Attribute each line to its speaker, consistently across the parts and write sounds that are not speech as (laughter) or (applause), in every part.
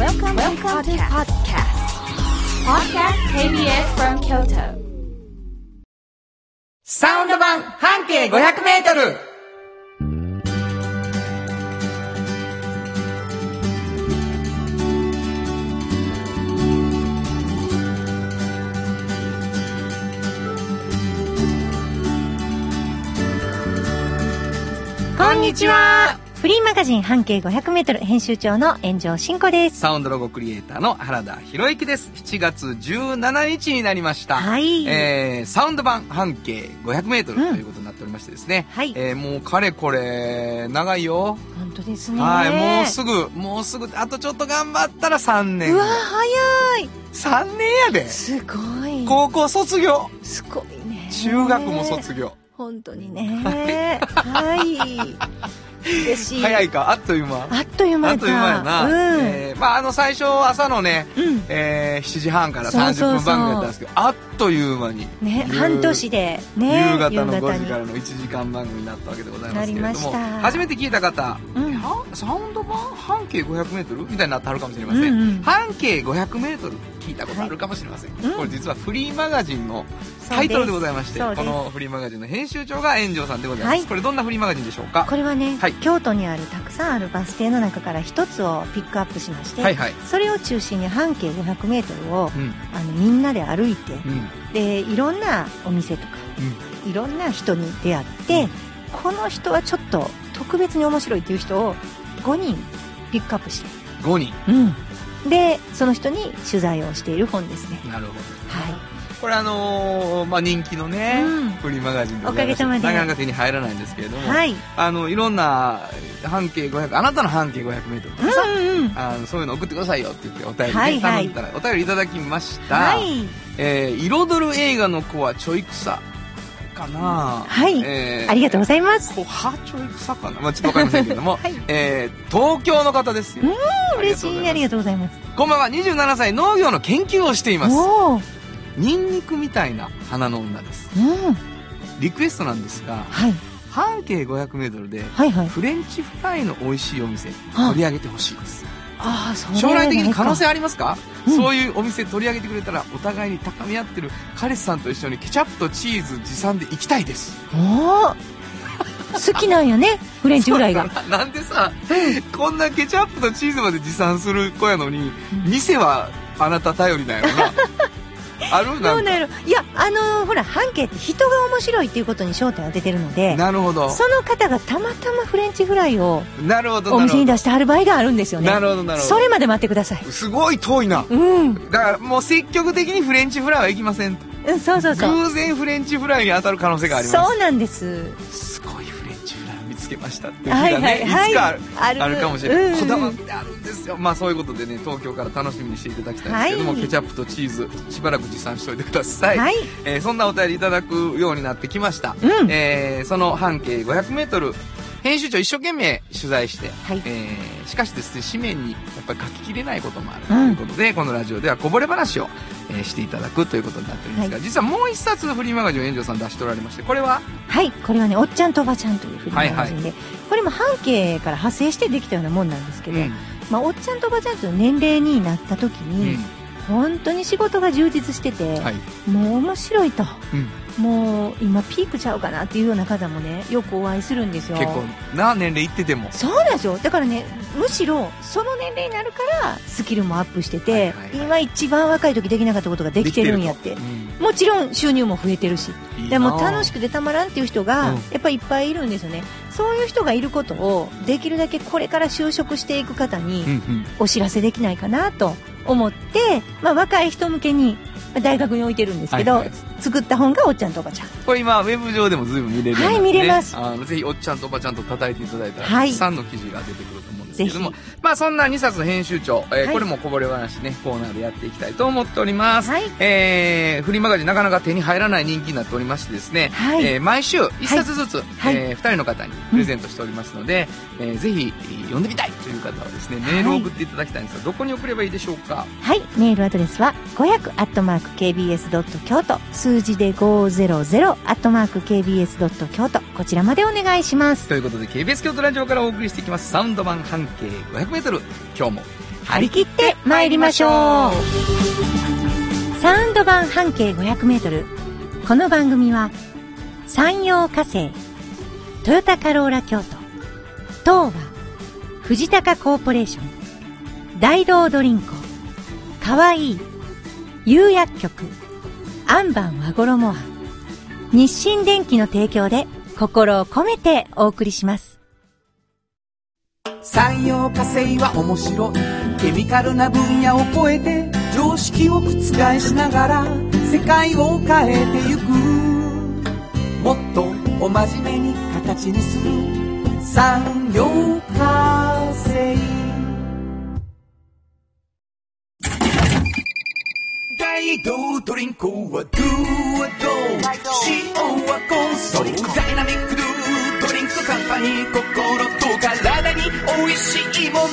Speaker 1: Welcome, to podcast. Podcast KBS from Kyoto.
Speaker 2: サウンド版半径500メートル
Speaker 3: こんにちはフリーマガジン半径 500m 編集長の炎上真子です。
Speaker 2: サウンドロゴクリエイターの原田博之です。7月17日になりました。
Speaker 3: はい
Speaker 2: えー、サウンド版半径500メートルということになっておりましてですね。
Speaker 3: はい
Speaker 2: えー、もうかれこれ、長いよ。
Speaker 3: 本当ですね。
Speaker 2: はい、もうす
Speaker 3: ぐ。
Speaker 2: ぐ、もうすぐ、あとちょっと頑張ったら3年
Speaker 3: う。わ、早い
Speaker 2: 3年やで。
Speaker 3: すごい。
Speaker 2: 高校卒業。
Speaker 3: すごいね。
Speaker 2: 中学も卒。業。
Speaker 3: 本当にね。はい。嬉しい。
Speaker 2: 早い。か、あっという間。
Speaker 3: あっという間だ
Speaker 2: あっという間やな。
Speaker 3: うん。
Speaker 2: えーまあ、あの、最初、朝のね、
Speaker 3: うん。
Speaker 2: えー7時半から
Speaker 3: そうそ
Speaker 2: 30
Speaker 3: うそう
Speaker 2: 分番組やったんですけどあっという間に
Speaker 3: ね、
Speaker 2: 夕
Speaker 3: 半年で、ね。
Speaker 2: 夕方の
Speaker 3: 夕
Speaker 2: 5時
Speaker 3: に
Speaker 2: からの1時間番組になったわけでございますけれ
Speaker 3: なり
Speaker 2: ど
Speaker 3: ま
Speaker 2: も
Speaker 3: した
Speaker 2: 初めて聞いた方、
Speaker 3: うん
Speaker 2: えはサウンド版半径 500m みたいになってはるかもしれません、
Speaker 3: うんうん
Speaker 2: 半径 500m 聞いたことあるかもしれません、
Speaker 3: いうん
Speaker 2: これ実はフリーマガジンのタイトルでございまして
Speaker 3: そうです
Speaker 2: このフリーマガジンの編集長が炎上さんでございます、
Speaker 3: はい
Speaker 2: これどんなフリーマガジンでしょうか
Speaker 3: これはね、
Speaker 2: はい
Speaker 3: 京都にあるたくさんあるバス停の中から一つをピックアップしまして、
Speaker 2: はいはい
Speaker 3: それを中心に半径 500m を
Speaker 2: うん
Speaker 3: あのみんなで歩いて、
Speaker 2: うん
Speaker 3: でいろんなお店とかいろんな人に出会って、この人はちょっと特別に面白いっていう人を5人ピックアップして、
Speaker 2: うん5人
Speaker 3: でその人に取材をしている本ですね、
Speaker 2: なるほど
Speaker 3: はい、
Speaker 2: これあのーまあ人気のね、
Speaker 3: うん
Speaker 2: フリーマガジンでございまして
Speaker 3: おかげさまで
Speaker 2: なかなか手に入らないんですけれども、
Speaker 3: はい
Speaker 2: あのいろんな半径500あなたの半径 500m とかさ、
Speaker 3: うんうん
Speaker 2: あのそういうの送ってくださいよって言ってお便りね、
Speaker 3: はいはい
Speaker 2: 頼んだらお便りいただきました、
Speaker 3: はい
Speaker 2: えー彩る映画の子はちょい草かな
Speaker 3: はい
Speaker 2: え
Speaker 3: ありがとうご
Speaker 2: い
Speaker 3: ざいます
Speaker 2: ますはちょい草かな、まあ、ちょっとわかりませんけれども、
Speaker 3: (laughs) はい
Speaker 2: えー東京の方ですよ
Speaker 3: うん
Speaker 2: ありが
Speaker 3: 嬉
Speaker 2: とう
Speaker 3: し
Speaker 2: ご
Speaker 3: い
Speaker 2: ざ
Speaker 3: あ
Speaker 2: い
Speaker 3: り
Speaker 2: ます
Speaker 3: がとうございます
Speaker 2: こんばんは27歳農業の研究をしています
Speaker 3: おー
Speaker 2: ニンニクみたいな花の女です
Speaker 3: うん
Speaker 2: リクエストなんですが
Speaker 3: はい、
Speaker 2: 半径 500m で
Speaker 3: はいはい
Speaker 2: フレンチフライの美味しいお店
Speaker 3: あ
Speaker 2: 取り上げてほしいです
Speaker 3: ああそう
Speaker 2: 将来的に可能性ありますか、
Speaker 3: うん
Speaker 2: そういうお店取り上げてくれたらお互いに高め合ってる彼氏さんと一緒にケチャップとチーズ持参で行きたいです
Speaker 3: おー好きなんやねフレンチフライが
Speaker 2: (laughs) ななんでさこんなケチャップとチーズまで持参する子やのに店はあなた頼りだよ
Speaker 3: (laughs)
Speaker 2: なある
Speaker 3: ど
Speaker 2: な
Speaker 3: うん
Speaker 2: か
Speaker 3: なるいやあのーほら半径って人が面白いっていうことに焦点を当ててるので
Speaker 2: なるほど
Speaker 3: その方がたまたまフレンチフライを
Speaker 2: なるほどな
Speaker 3: お
Speaker 2: る
Speaker 3: 店
Speaker 2: ほ
Speaker 3: に
Speaker 2: ど
Speaker 3: 出してはる場合があるんですよね
Speaker 2: なるほどなるほど
Speaker 3: それまで待ってください
Speaker 2: すごい遠いな
Speaker 3: うん、うん、
Speaker 2: だからもう積極的にフレンチフライは行きませんと
Speaker 3: そうそうそう
Speaker 2: 偶然フレンチフライに当たる可能性があります
Speaker 3: そうなんです
Speaker 2: すごいフレンチフライを見つけましたっていう日が
Speaker 3: はい
Speaker 2: ね、
Speaker 3: はいいはい
Speaker 2: つかある
Speaker 3: あ
Speaker 2: あるかもしれない、
Speaker 3: うん
Speaker 2: こだわってあるんですよまあそういうことでね東京から楽しみにしていただきたいんですけども、
Speaker 3: はい
Speaker 2: ケチャップとチーズしばらく持参しておいてください、
Speaker 3: はい
Speaker 2: えーそんなお便りいただくようになってきました、
Speaker 3: うん
Speaker 2: えーその半径 500m 編集長一生懸命取材して、
Speaker 3: はい
Speaker 2: えーしかしですね紙面にやっぱり書ききれないこともあるということで、このラジオではこぼれ話を、えーしていただくということになってるんですが、
Speaker 3: は
Speaker 2: 実はもう一冊フリーマガジンを炎上さん出しておられましてこれは
Speaker 3: はいこれはね「おっちゃんとおばちゃん」というフリーマガジンで、これも半径から派生してできたようなもんなんですけど、
Speaker 2: うん
Speaker 3: まあ、おっちゃんとおばちゃんという年齢になった時に、本当に仕事が充実してて、
Speaker 2: はい
Speaker 3: もう面白いと
Speaker 2: うん
Speaker 3: もう今ピークちゃうかなっていうような方もねよくお会いするんですよ
Speaker 2: 結構な年齢いってても
Speaker 3: そうなんですよだからねむしろその年齢になるからスキルもアップしてて、
Speaker 2: はいはいはい
Speaker 3: 今一番若い時できなかったことができてるんやって
Speaker 2: できる
Speaker 3: もちろん収入も増えてるし
Speaker 2: とうんいいな
Speaker 3: でも楽
Speaker 2: し
Speaker 3: しくてたまらんっていう人が
Speaker 2: うん
Speaker 3: やっぱりいっぱいいるんですよね、そういう人がいることをできるだけこれから就職していく方に
Speaker 2: うんうん
Speaker 3: お知らせできないかなと思って、まあ、若い人向けにまあ大学に置いてるんですけど、
Speaker 2: はいはい
Speaker 3: 作った本がおっちゃんとおばちゃん
Speaker 2: これ今ウェブ上でも随分見れるようになって
Speaker 3: はい見れます
Speaker 2: あのぜひおっちゃんとおばちゃんと叩いていただいたら、
Speaker 3: はい
Speaker 2: たくさんの記事が出てくると思うんですけれども
Speaker 3: ぜ
Speaker 2: まあそんな2冊の編集長、えー
Speaker 3: はい
Speaker 2: これもこぼれ話ねコーナーでやっていきたいと思っております、
Speaker 3: はい
Speaker 2: えーフリーマガジンなかなか手に入らない人気になっておりましてですね、
Speaker 3: はい
Speaker 2: えー毎週1冊ずつ、
Speaker 3: はい
Speaker 2: え2人の方にプレゼントしておりますので、えーぜひえー読んでみたいという方はですねメールを送っていただきたいんですが、どこに送ればいいでしょうか
Speaker 3: はい、メールアドレスは500アットマーク KBS ドット京都、数字で500アットマーク KBS ドット京都、こちらまでお願いします。
Speaker 2: ということで KBS 京都ラジオからお送りしていきますサウンド版半径 500m 今日も
Speaker 3: 張り切って参りましょうサウンド版半径 500m この番組は山陽火星トヨタカローラ京都東和藤高コーポレーション大道ドリンクかわいい釉薬局アンバン和衣は日清電機の提供で心を込めてお送りします
Speaker 4: 産業化成は面白いケミカルな分野を超えて常識を覆しながら世界を変えてゆくもっとお真面目に形にする産業化成大道ドリンクはドゥはドゥ塩はコンソールダイナミックドゥドリンクカンパニー心と体に美味しいものを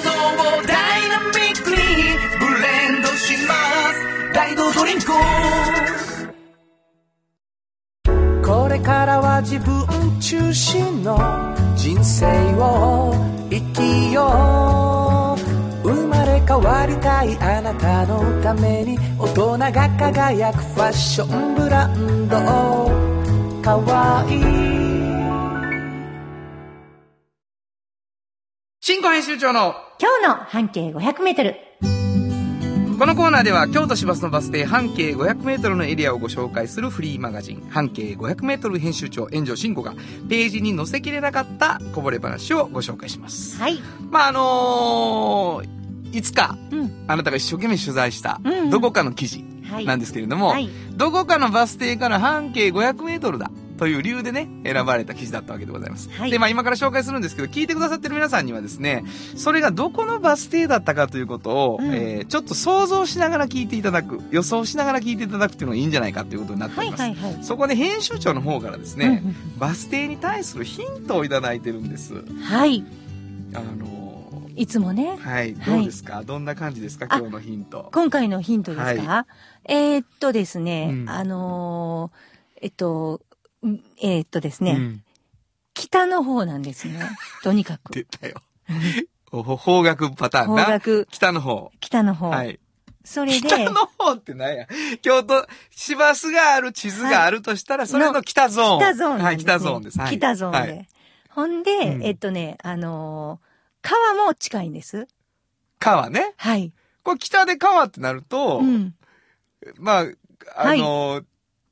Speaker 4: ダイナミックにブレンドします大道ドリンクこれからは自分中心の人生を生きよう生まれ変わりたいあなたのために大人が輝くファッションブランドかわいい
Speaker 2: 新庫編集長の
Speaker 3: 今日の半径 500m
Speaker 2: このコーナーでは京都市バスのバス停半径 500m のエリアをご紹介するフリーマガジン半径 500m 編集長炎上慎吾がページに載せきれなかったこぼれ話をご紹介します。
Speaker 3: はい
Speaker 2: まああのーいつか
Speaker 3: うん
Speaker 2: あなたが一生懸命取材した
Speaker 3: うんうん
Speaker 2: どこかの記事
Speaker 3: はい
Speaker 2: なんですけれども、
Speaker 3: はい
Speaker 2: どこかのバス停から半径 500m だという理由でね、選ばれた記事だったわけでございます。
Speaker 3: はい
Speaker 2: で、まあ今から紹介するんですけど、聞いてくださってる皆さんにはですね、それがどこのバス停だったかということを、
Speaker 3: うん
Speaker 2: えーちょっと想像しながら聞いていただく、予想しながら聞いていただくっていうのがいいんじゃないかということになってお
Speaker 3: は
Speaker 2: り
Speaker 3: い
Speaker 2: ます。
Speaker 3: はいはい
Speaker 2: そこで編集長の方からですね、バス停に対するヒントをいただいてるんです。
Speaker 3: うんうんはい
Speaker 2: あの
Speaker 3: いつもね
Speaker 2: ーはい、どうですか、どんな感じですか
Speaker 3: あ
Speaker 2: 今日のヒント。
Speaker 3: 今回のヒントですか、えーっとですね、
Speaker 2: うん
Speaker 3: あのーえっと、んえーっとですね、
Speaker 2: うん
Speaker 3: 北の方なんです
Speaker 2: (laughs)
Speaker 3: ね。とにかく。
Speaker 2: 出たよ。 (laughs) お方角パターン
Speaker 3: 方
Speaker 2: な。
Speaker 3: 角、
Speaker 2: 北の方。
Speaker 3: 北の方。
Speaker 2: はい。
Speaker 3: それで、
Speaker 2: 北の方ってなんや。京都、市バスがある地図があるとしたら、それの北ゾーン。
Speaker 3: 北ゾーンなんですね、
Speaker 2: はい、北ゾーンです。はい。
Speaker 3: 北ゾーンで。
Speaker 2: はい
Speaker 3: ほんで、
Speaker 2: ん
Speaker 3: えっとね、あのー川も近いんです。
Speaker 2: 川ね。
Speaker 3: はい。
Speaker 2: これ北で川ってなると、
Speaker 3: うん。
Speaker 2: まあ、あの、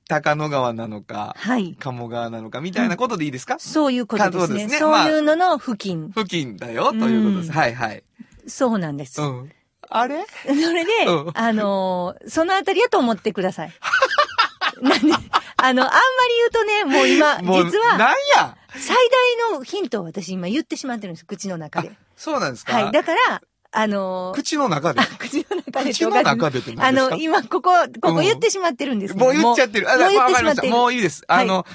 Speaker 2: 高野川なのか、
Speaker 3: はい。
Speaker 2: 鴨川なのか、みたいなことでいいですか、
Speaker 3: そういうことです
Speaker 2: そう
Speaker 3: ね。
Speaker 2: ですね
Speaker 3: そういうのの付近。
Speaker 2: 付近だよ、ということです。
Speaker 3: うん
Speaker 2: はいはい。
Speaker 3: そうなんです。
Speaker 2: うん。あれ
Speaker 3: (laughs) それで
Speaker 2: うん、
Speaker 3: あのーそのあたりやと思ってください。 (laughs) なんで、あの、あんまり言うとね、もう今、
Speaker 2: もう、
Speaker 3: 実は、
Speaker 2: なんや
Speaker 3: 最大のヒントを私今言ってしまってるんです、口の中で。
Speaker 2: そうなんですか、
Speaker 3: はい。だから、あのー
Speaker 2: 口の中
Speaker 3: (laughs)
Speaker 2: で。
Speaker 3: 口の中で
Speaker 2: 口
Speaker 3: と
Speaker 2: の
Speaker 3: か。
Speaker 2: 中でって
Speaker 3: あ
Speaker 2: 何ですか
Speaker 3: の、今、ここ、ここ言ってしまってるんですけど
Speaker 2: もう言っちゃってる。あ、
Speaker 3: もう言
Speaker 2: わ
Speaker 3: って
Speaker 2: か
Speaker 3: し
Speaker 2: りま
Speaker 3: まっ
Speaker 2: してた。
Speaker 3: る。
Speaker 2: もういいです。
Speaker 3: はい
Speaker 2: あの、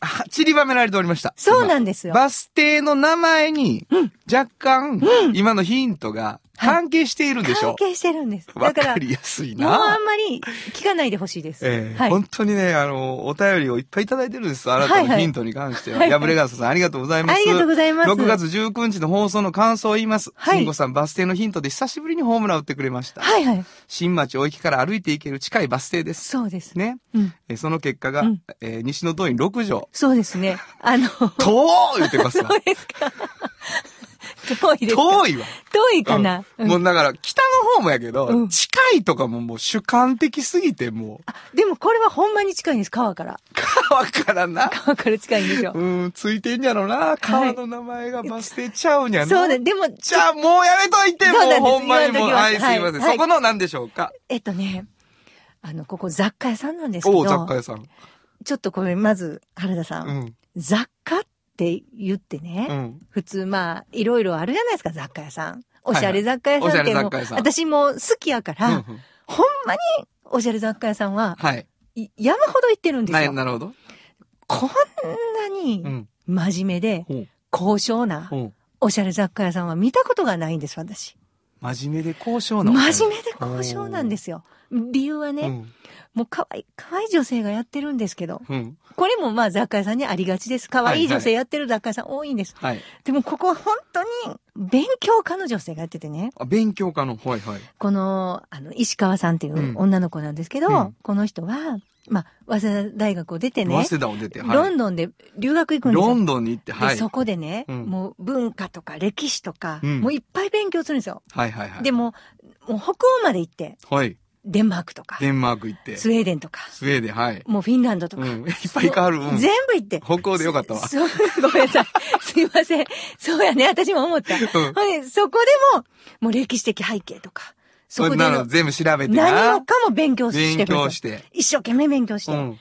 Speaker 2: は散りばめられておりました。
Speaker 3: そうなんんですよ。
Speaker 2: バス停の名前に、若干、今のヒントが関係しているでしょ
Speaker 3: 関係してるんです。
Speaker 2: わ
Speaker 3: だから、
Speaker 2: か
Speaker 3: も
Speaker 2: りやすいう
Speaker 3: あ
Speaker 2: な。
Speaker 3: んまり聞かないでほしいです。
Speaker 2: ええ
Speaker 3: はい。
Speaker 2: 本当にね、あの、お便りをいっぱいいただいてるんです。あなた
Speaker 3: はいは
Speaker 2: の
Speaker 3: い
Speaker 2: ヒントに関しては。
Speaker 3: はいはい
Speaker 2: ヤブレガーサさん、ありがとうございま
Speaker 3: あ
Speaker 2: す。
Speaker 3: りがとうございます。
Speaker 2: 6月19日の放送の感想を言います。
Speaker 3: はい
Speaker 2: 慎吾さん、バス停のヒントで久しぶりにホームラン打ってくれました。
Speaker 3: はいはい。
Speaker 2: 新町大駅から歩いて行ける近いバス停です。
Speaker 3: そうですね。
Speaker 2: ね。
Speaker 3: うん。
Speaker 2: えーその結果が、
Speaker 3: うん
Speaker 2: えー西の東院6条。
Speaker 3: そうですね。あの、
Speaker 2: 遠い言ってますわ。
Speaker 3: (laughs) 遠いですか。
Speaker 2: 遠いわ。
Speaker 3: 遠いかな。
Speaker 2: うん
Speaker 3: うん
Speaker 2: もうだから、北の方もやけど、
Speaker 3: うん
Speaker 2: 近いとかももう主観的すぎて、もう、
Speaker 3: でもこれはほんまに近いんです、川から。
Speaker 2: (laughs)
Speaker 3: (laughs)
Speaker 2: 川からな。
Speaker 3: 川から近いんですよ。
Speaker 2: うん、ついてんやろな。川の名前がバス停ちゃうんやな。
Speaker 3: そうだ、でも、
Speaker 2: じゃあ、もうやめといて、
Speaker 3: そう
Speaker 2: も
Speaker 3: なんで
Speaker 2: う
Speaker 3: す
Speaker 2: ほんまにもう。
Speaker 3: 言わ
Speaker 2: は
Speaker 3: ん
Speaker 2: い、
Speaker 3: と
Speaker 2: す
Speaker 3: き
Speaker 2: い
Speaker 3: ま
Speaker 2: ま
Speaker 3: す
Speaker 2: せん。
Speaker 3: はい
Speaker 2: そこの何でしょうか。
Speaker 3: えっとね、あの、ここ雑貨屋さんなんですけ
Speaker 2: おう、雑貨
Speaker 3: ど、
Speaker 2: 屋さん。
Speaker 3: ちょっとこれまず、原田さん、
Speaker 2: うん、
Speaker 3: 雑貨って言ってね、
Speaker 2: うん。
Speaker 3: 普通まあ、いろいろあるじゃないですか、雑貨屋さん。おしゃれ雑貨屋さんって
Speaker 2: はいはい
Speaker 3: も
Speaker 2: おしゃれ雑貨屋
Speaker 3: う
Speaker 2: さ、ん
Speaker 3: 私も好きやから、
Speaker 2: うんうん
Speaker 3: ほんまにおしゃれ雑貨屋さんは、
Speaker 2: はい。
Speaker 3: い山ほど行ってるんです
Speaker 2: な
Speaker 3: よ。
Speaker 2: なるほど。
Speaker 3: こんなに
Speaker 2: うん。
Speaker 3: 真面目で、
Speaker 2: ほう
Speaker 3: 高尚な
Speaker 2: ほう
Speaker 3: おしゃれ雑貨屋さんは見たことがないんです、私。
Speaker 2: 真面目で高尚な。
Speaker 3: 真面目で高尚なんですよ。理由はね、
Speaker 2: うん
Speaker 5: もう可愛い、可愛い女性がやってるんですけど、
Speaker 2: うん。
Speaker 5: これもまあ雑貨屋さんにありがちです。可愛い女性やってる雑貨屋さん多いんです。
Speaker 2: はい。
Speaker 5: でもここは本当に勉強家の女性がやっててね、
Speaker 2: あ、勉強家の、はいはい。
Speaker 5: この、あの、石川さんってい
Speaker 2: う
Speaker 5: う
Speaker 2: ん
Speaker 5: 女の子なんですけど、
Speaker 2: うん
Speaker 5: この人は、まあ、早稲田大学を出て
Speaker 2: 早
Speaker 5: ね、
Speaker 2: 稲田を出て、はい。
Speaker 5: ロンドンで留学行くんですよ。
Speaker 2: ロンドンに行って、は
Speaker 5: で、
Speaker 2: い。
Speaker 5: そこでね、
Speaker 2: うん
Speaker 5: もう文化とか歴史とか、
Speaker 2: うん
Speaker 5: もういっぱい勉強するんですよ。
Speaker 2: はいはいはい。
Speaker 5: でも、もう北欧まで行って、
Speaker 2: はい。
Speaker 5: デンマークとか、
Speaker 2: デンマーク行って、
Speaker 5: ス
Speaker 2: ス
Speaker 5: ウェーデンとか、
Speaker 2: ウェーデン、はい。
Speaker 5: もうフィンランドと
Speaker 2: う
Speaker 5: か。
Speaker 2: ん。 (laughs) いっぱい変わる。うん。
Speaker 5: 全部行って。
Speaker 2: 北欧でよかったわ。
Speaker 5: そう、 (laughs) ごめんなさい。すいません。そうやね。私も思った。
Speaker 2: (laughs) うん
Speaker 5: ほんでそこでも、もう歴史的背景とか、そこ
Speaker 2: そ
Speaker 5: で
Speaker 2: んな
Speaker 5: の
Speaker 2: の全部調べてな。
Speaker 5: 何もかも勉強して
Speaker 2: 勉
Speaker 5: くれ
Speaker 2: 強
Speaker 5: て。
Speaker 2: して。
Speaker 5: 一生懸命勉強して。
Speaker 2: う
Speaker 5: ほん
Speaker 2: ん
Speaker 5: でね、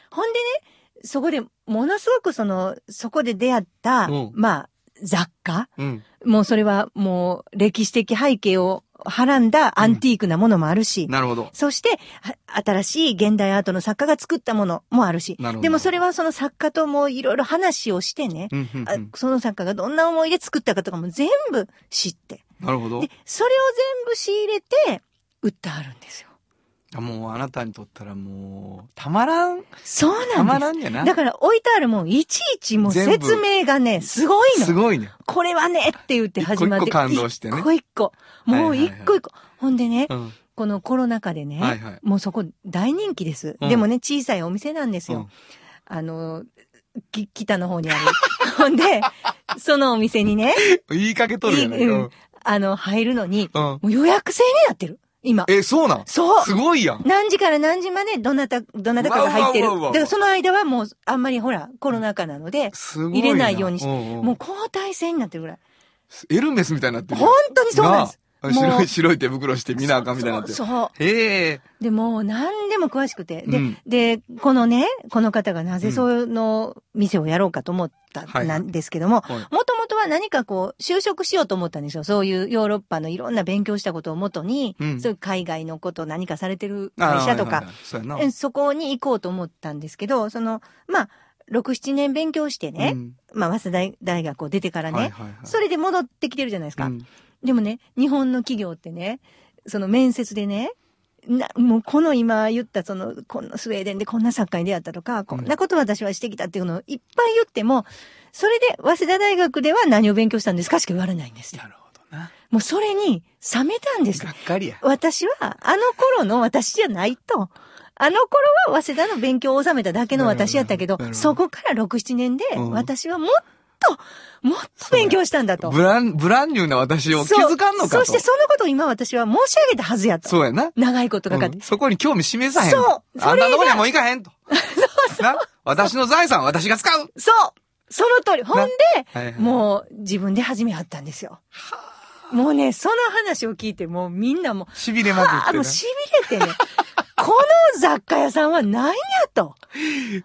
Speaker 5: そこで、ものすごくその、そこで出会った、
Speaker 2: うん
Speaker 5: まあ、雑貨
Speaker 2: うん。
Speaker 5: もうそれはもう歴史的背景をはらんだアンティークなものもあるし、
Speaker 2: なるほど。
Speaker 5: そして、は新しい現代アートの作家が作ったものもあるし
Speaker 2: なるほど、
Speaker 5: でもそれはその作家ともいろいろ話をしてね、
Speaker 2: うんうんう
Speaker 5: あ
Speaker 2: ん。
Speaker 5: その作家がどんな思いで作ったかとかも全部知って、
Speaker 2: なるほど
Speaker 5: で。、それを全部仕入れて、売ってあるんですよ。
Speaker 2: あもうあなたにとったらもう、たまらん、
Speaker 5: そう
Speaker 2: たま
Speaker 5: なんで
Speaker 2: らんや
Speaker 5: す。
Speaker 2: な。
Speaker 5: だから置いてあるもん、いちいちもう
Speaker 2: 全部
Speaker 5: 説明がね、すごいの。
Speaker 2: すごいね。
Speaker 5: これはねって言って始まって。
Speaker 2: 一個一個感動してね
Speaker 5: 一個一個。もう一個一個。ほんでね、
Speaker 2: うん。
Speaker 5: このコロナ禍でね、
Speaker 2: はいはい
Speaker 5: もうそこ大人気です。
Speaker 2: うん
Speaker 5: でもね、小さいお店なんですよ。
Speaker 2: うん
Speaker 5: あの、き、北の方にある。 (laughs) ほんで、そのお店にね、
Speaker 2: 言いかけとるやない
Speaker 5: い
Speaker 2: か。
Speaker 5: うんあの、入るのに、
Speaker 2: うんうん。
Speaker 5: もう予約制になってる。今。
Speaker 2: え、そうなん
Speaker 5: そう
Speaker 2: すごいやん。
Speaker 5: 何時から何時までどなた、どなたかが入ってる。
Speaker 2: うわうわうわ
Speaker 5: だ
Speaker 2: うわ
Speaker 5: からその間はもう、あんまりほら、コロナ禍なので、
Speaker 2: すごい。
Speaker 5: 入れないようにして
Speaker 2: んん
Speaker 5: もう交代制になってるぐらい。
Speaker 2: エルメスみたいになってるやん。
Speaker 5: 本当にそうなんです。
Speaker 2: なあ白
Speaker 5: も
Speaker 2: い、
Speaker 5: う
Speaker 2: 白い手袋してみなあかんみたいになってる。
Speaker 5: そうそう。
Speaker 2: へえ。
Speaker 5: でも、何でも詳しくて。で、
Speaker 2: うん
Speaker 5: で、このね、この方がなぜその店をやろうかと思った
Speaker 2: はい
Speaker 5: なんですけども、
Speaker 2: はい
Speaker 5: もともとは何かこう、就職しようと思ったんですよ。そういうヨーロッパのいろんな勉強したことをもとに、
Speaker 2: うん
Speaker 5: そういう海外のこと何かされてる
Speaker 2: あ
Speaker 5: 会社と。
Speaker 2: はい
Speaker 5: か
Speaker 2: はい、はいそうやな。
Speaker 5: うんそこに行こうと思ったんですけど、その、まあ、6、7年勉強してね、
Speaker 2: うん
Speaker 5: まあ、早稲田大学を出てからね、
Speaker 2: はいはいはい
Speaker 5: それで戻ってきてるじゃないですか。
Speaker 2: うん
Speaker 5: でもね、日本の企業ってね、その面接でね、な、もうこの今言ったその、このスウェーデンでこんな作家に出会ったとか、こんなこと私はしてきたっていうのをいっぱい言っても、それで、早稲田大学では何を勉強したんですかしか言われないんですよ
Speaker 2: な。るほどな。
Speaker 5: もうそれに冷めたんです
Speaker 2: が。っかりや。
Speaker 5: 私は、あの頃の私じゃないと。あの頃は早稲田の勉強を収めただけの私やったけど
Speaker 2: なるほ、ど
Speaker 5: そこから6、7年で
Speaker 2: うん、
Speaker 5: 私はもっと、もっと勉強したんだと。
Speaker 2: ブラン、ブランニューな私を気づかんのか
Speaker 5: そうそ
Speaker 2: と。
Speaker 5: してそのことを今私は申し上げたはずやと。
Speaker 2: そうやな。
Speaker 5: 長いことかかっ
Speaker 2: う
Speaker 5: て
Speaker 2: ん。そこに興味示さへん。
Speaker 5: そう
Speaker 2: あ
Speaker 5: そ
Speaker 2: ん
Speaker 5: れが
Speaker 2: なとこにはもう行かへんと。そうな私の財産は私が使う
Speaker 5: そうその通り。ほんで、
Speaker 2: はいはい
Speaker 5: もう自分で始めはったんですよ。もうね、その話を聞いて、もうみんなもう、
Speaker 2: 痺れま
Speaker 5: は
Speaker 2: く
Speaker 5: あ、
Speaker 2: って
Speaker 5: もう
Speaker 2: な。
Speaker 5: 痺れてね、 (laughs) この雑貨屋さんは何やと。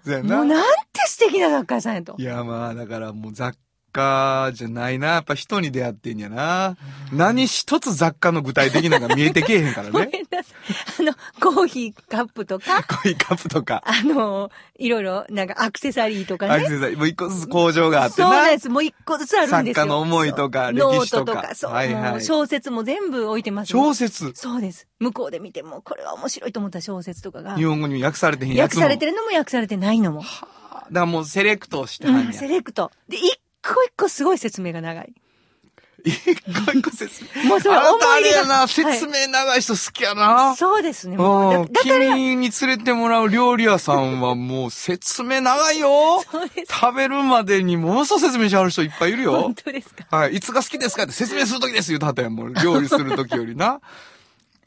Speaker 2: そうや
Speaker 5: もう
Speaker 2: な。
Speaker 5: なんて素敵な雑貨屋さんやと
Speaker 2: い。や、まあ、だからもう雑貨じゃないな。やっぱ人に出会ってんやな。何一つ雑貨の具体的なのが見えてけえへんから
Speaker 5: ごめん (laughs)
Speaker 2: ね。
Speaker 5: なさい。あの、コーヒーカップとか、
Speaker 2: コイカップとか、
Speaker 5: あの、いろいろ、なんかアクセサリーとか
Speaker 2: ア
Speaker 5: ね
Speaker 2: ク。セサリー、もう一個ずつ工場があって
Speaker 5: そうなん
Speaker 2: な
Speaker 5: で。す。もう一個ずつあるんですよ。
Speaker 2: 作家の思いとか
Speaker 5: そう
Speaker 2: 歴史と
Speaker 5: ノ
Speaker 2: か
Speaker 5: ートとか、そう、
Speaker 2: はいはい
Speaker 5: もう小説も全部置いてます、
Speaker 2: 小説。
Speaker 5: そうです。向こうで見ても、これは面白いと思った小説とかが
Speaker 2: 日、本語にも訳されてへんやつ
Speaker 5: 訳
Speaker 2: も。
Speaker 5: されてるのも訳されてないのも。
Speaker 2: だからもうセレクトして
Speaker 5: う
Speaker 2: はん
Speaker 5: ん、
Speaker 2: や
Speaker 5: セ。レクト。で、一個一個すごい説明が長い。
Speaker 2: 一個一個説明。
Speaker 5: もうそれ
Speaker 2: あな
Speaker 5: 思
Speaker 2: たあ
Speaker 5: い
Speaker 2: れ
Speaker 5: 出
Speaker 2: やな、
Speaker 5: が。
Speaker 2: 説明長い人好きやな。
Speaker 5: そうですね。も
Speaker 2: う
Speaker 5: うんだだから、
Speaker 2: 君に連れてもらう料理屋さんはもう説明長
Speaker 5: (laughs)
Speaker 2: いよ。
Speaker 5: そうです。
Speaker 2: 食べるまでにものすごい説明しはる人いっぱいいるよ
Speaker 5: 本。当ですか。
Speaker 2: はい。いつが好きですかって説明するときです言うたはったやん。もう料理するときよ
Speaker 5: (laughs)
Speaker 2: りな。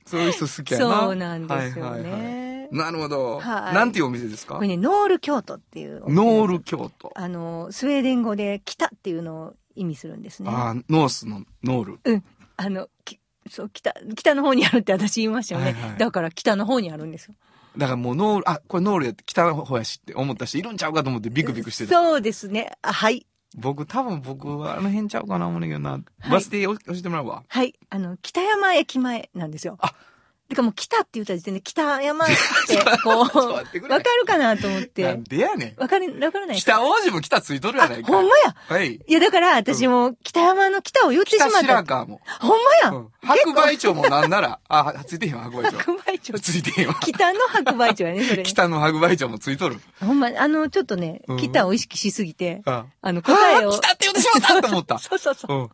Speaker 2: そういう人好きやな。
Speaker 5: そうなんですよね。
Speaker 2: はいはいはいなるほど。
Speaker 5: はい
Speaker 2: なんていうお店ですか
Speaker 5: これね、ノール京都っていう。
Speaker 2: ノール京都。
Speaker 5: あの、スウェーデン語で北っていうのを意味するんですね。
Speaker 2: あーノースのノール。
Speaker 5: うん。あの、きそう、北、北の方にあるって私言いましたよね。
Speaker 2: はいはい
Speaker 5: だから北の方にあるんですよ。
Speaker 2: だからもうノール、あ、これノールやって北の方やしって思った人いるんちゃうかと思ってビクビクしてた。
Speaker 5: そうですね。あはい。
Speaker 2: 僕、多分僕はあの辺ちゃうかな思うねんだけどな。
Speaker 5: い
Speaker 2: バス停教えてもらうわ。
Speaker 5: はい。あの、北山駅前なんですよ。
Speaker 2: あ、
Speaker 5: てかもう来たって言った時点で北山って、こう、
Speaker 2: (laughs) そう
Speaker 5: わ
Speaker 2: やってくれ
Speaker 5: かるかなと思っ
Speaker 2: な
Speaker 5: て
Speaker 2: ん。でやねん。
Speaker 5: わかる、わからないですか
Speaker 2: 北王子も北ついとるや
Speaker 5: あ、
Speaker 2: ないか。
Speaker 5: ほんまや
Speaker 2: はい。
Speaker 5: いや、だから私も北山の北を言ってしま
Speaker 2: 北
Speaker 5: った
Speaker 2: 白。川も。
Speaker 5: ほんまや、
Speaker 2: うん白梅町もなんなら、あ、はついてへんわ、白梅町。
Speaker 5: 白梅町。
Speaker 2: ついてへんわ。
Speaker 5: 北の白梅町やね、それ。
Speaker 2: 北の白梅町もついとる。
Speaker 5: ほんま、あの、ちょっとね
Speaker 2: うん、
Speaker 5: 北を意識しすぎて、
Speaker 2: あ
Speaker 5: あの、答え
Speaker 2: あ、
Speaker 5: を。
Speaker 2: 来たって言ってしまったと思っ
Speaker 5: (laughs)
Speaker 2: た。
Speaker 5: そうそうそう。
Speaker 2: うん。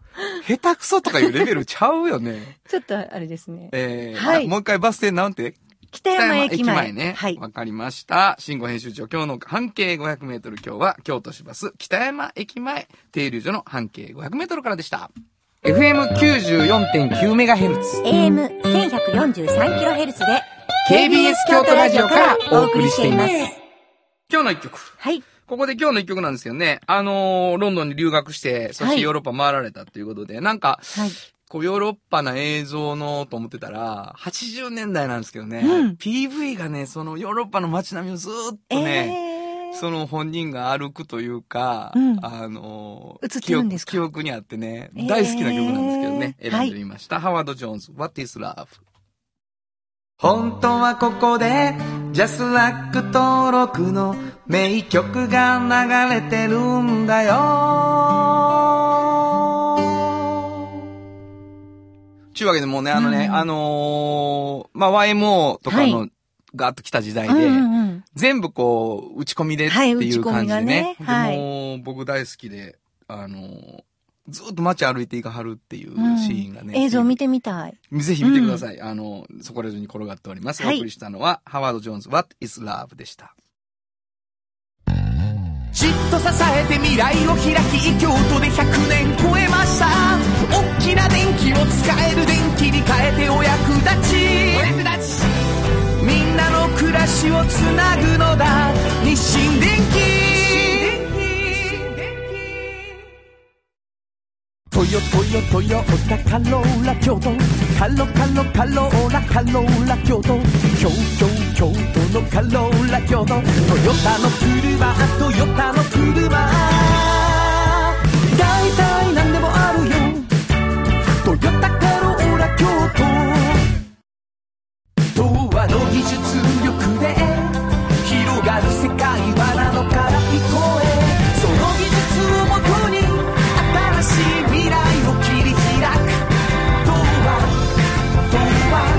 Speaker 2: 下手くそとかいうレベルちゃうよね。
Speaker 5: ちょっとあれですね。
Speaker 2: えー、
Speaker 5: はい
Speaker 2: あもう一回バス停なんて
Speaker 5: 北山駅前。
Speaker 2: ね。
Speaker 5: はい。
Speaker 2: わかりました。慎吾編集長、今日の半径500メートル、今日は京都市バス北山駅前停留所の半径500メートルからでした。FM94.9 メガヘルツ。
Speaker 3: AM1143kHz で
Speaker 2: KBS 京都ラジオからお送りしています
Speaker 3: は
Speaker 2: 今日の一曲。
Speaker 3: い。
Speaker 2: ここで今日の一曲なんですよね。あのーロンドンに留学して、そし
Speaker 5: は
Speaker 2: て
Speaker 5: い
Speaker 2: ヨーロッパ回られたということで、なんか、
Speaker 5: はい。
Speaker 2: こうヨーロッパな映像のと思ってたら、80年代なんですけどね、
Speaker 5: うん
Speaker 2: PV がね、そのヨーロッパの街並みをずーっ
Speaker 5: え
Speaker 2: とね、
Speaker 5: ー
Speaker 2: その本人が歩くというか、
Speaker 5: うん
Speaker 2: あのー
Speaker 5: 映ってるんですか
Speaker 2: 記憶記憶にあってね、
Speaker 5: えー
Speaker 2: 大好きな曲なんですけどね、
Speaker 5: はい
Speaker 2: 選んでみました。ハワード・ジョーンズ、What is Love? 本当はここで、ジャスラック登録の名曲が流れてるんだよ。ちゅうわけでもうね、あのね、
Speaker 5: うん
Speaker 2: あのーまあ、YMO とかの、
Speaker 5: は
Speaker 2: ガーッと来た時代
Speaker 5: う
Speaker 2: で、
Speaker 5: んうんうん。
Speaker 2: 全部こう、打ち込みでって
Speaker 5: はい
Speaker 2: いう感じでね。
Speaker 5: 打ち込みがねはい
Speaker 2: でもう僕大好きで、あの、ずっと街歩いていかはるっていう
Speaker 5: うん
Speaker 2: シーンがね。
Speaker 5: 映像見
Speaker 2: て。
Speaker 5: てみたい。
Speaker 2: ぜひ見てください。あの、そこら中に転がっております。
Speaker 5: はい
Speaker 2: お送りしたのは、ハワード・ジョーンズ、What is Love でした。
Speaker 4: じっと支えて未来を開き京都で100年超えました大きな電気を使える電気に変えてお役立ちお役立ちみんなの暮らしをつなぐのだ日清電気トヨトヨトヨタカローラ京都カロカロカローラカローラ京都京京京都のカローラ京都トヨタの車トヨタの車大体何でもあるよトヨタカローラ京都童話の技術力で広がる世界はなのから聞こえその技術をもとに新しい未来を切り開く童話童話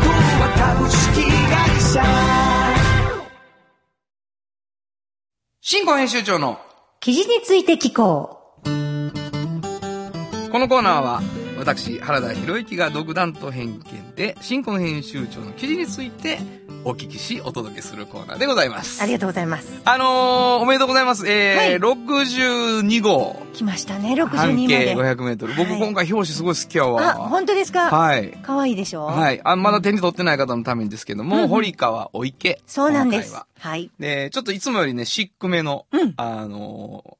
Speaker 4: 童話株式会社
Speaker 2: 新婚編集長の
Speaker 3: 記事について聞こ
Speaker 2: このコーナーは私原田博之が独断と偏見で新婚編集長の記事についてお聞きしお届けするコーナーでございま
Speaker 3: う。
Speaker 2: す。
Speaker 3: ありがとうございます。
Speaker 2: あのー、おめでとうございます。えー62号。
Speaker 5: 来ましたね、62ま
Speaker 2: 半径
Speaker 5: で。
Speaker 2: 500メートル。僕
Speaker 5: はい
Speaker 2: 今回表紙すごい好きや
Speaker 5: あ、
Speaker 2: わ。
Speaker 5: 本当ですか
Speaker 2: はい。
Speaker 5: 可愛いでしょ
Speaker 2: はい。あ、まだ手に取ってない方のためにですけど
Speaker 5: うんう
Speaker 2: も、
Speaker 5: ん
Speaker 2: 堀川お池。
Speaker 5: そうなんです
Speaker 2: 今回は。
Speaker 5: はい。
Speaker 2: で、ちょっといつもよりね、シックめの
Speaker 5: うん、
Speaker 2: あのー、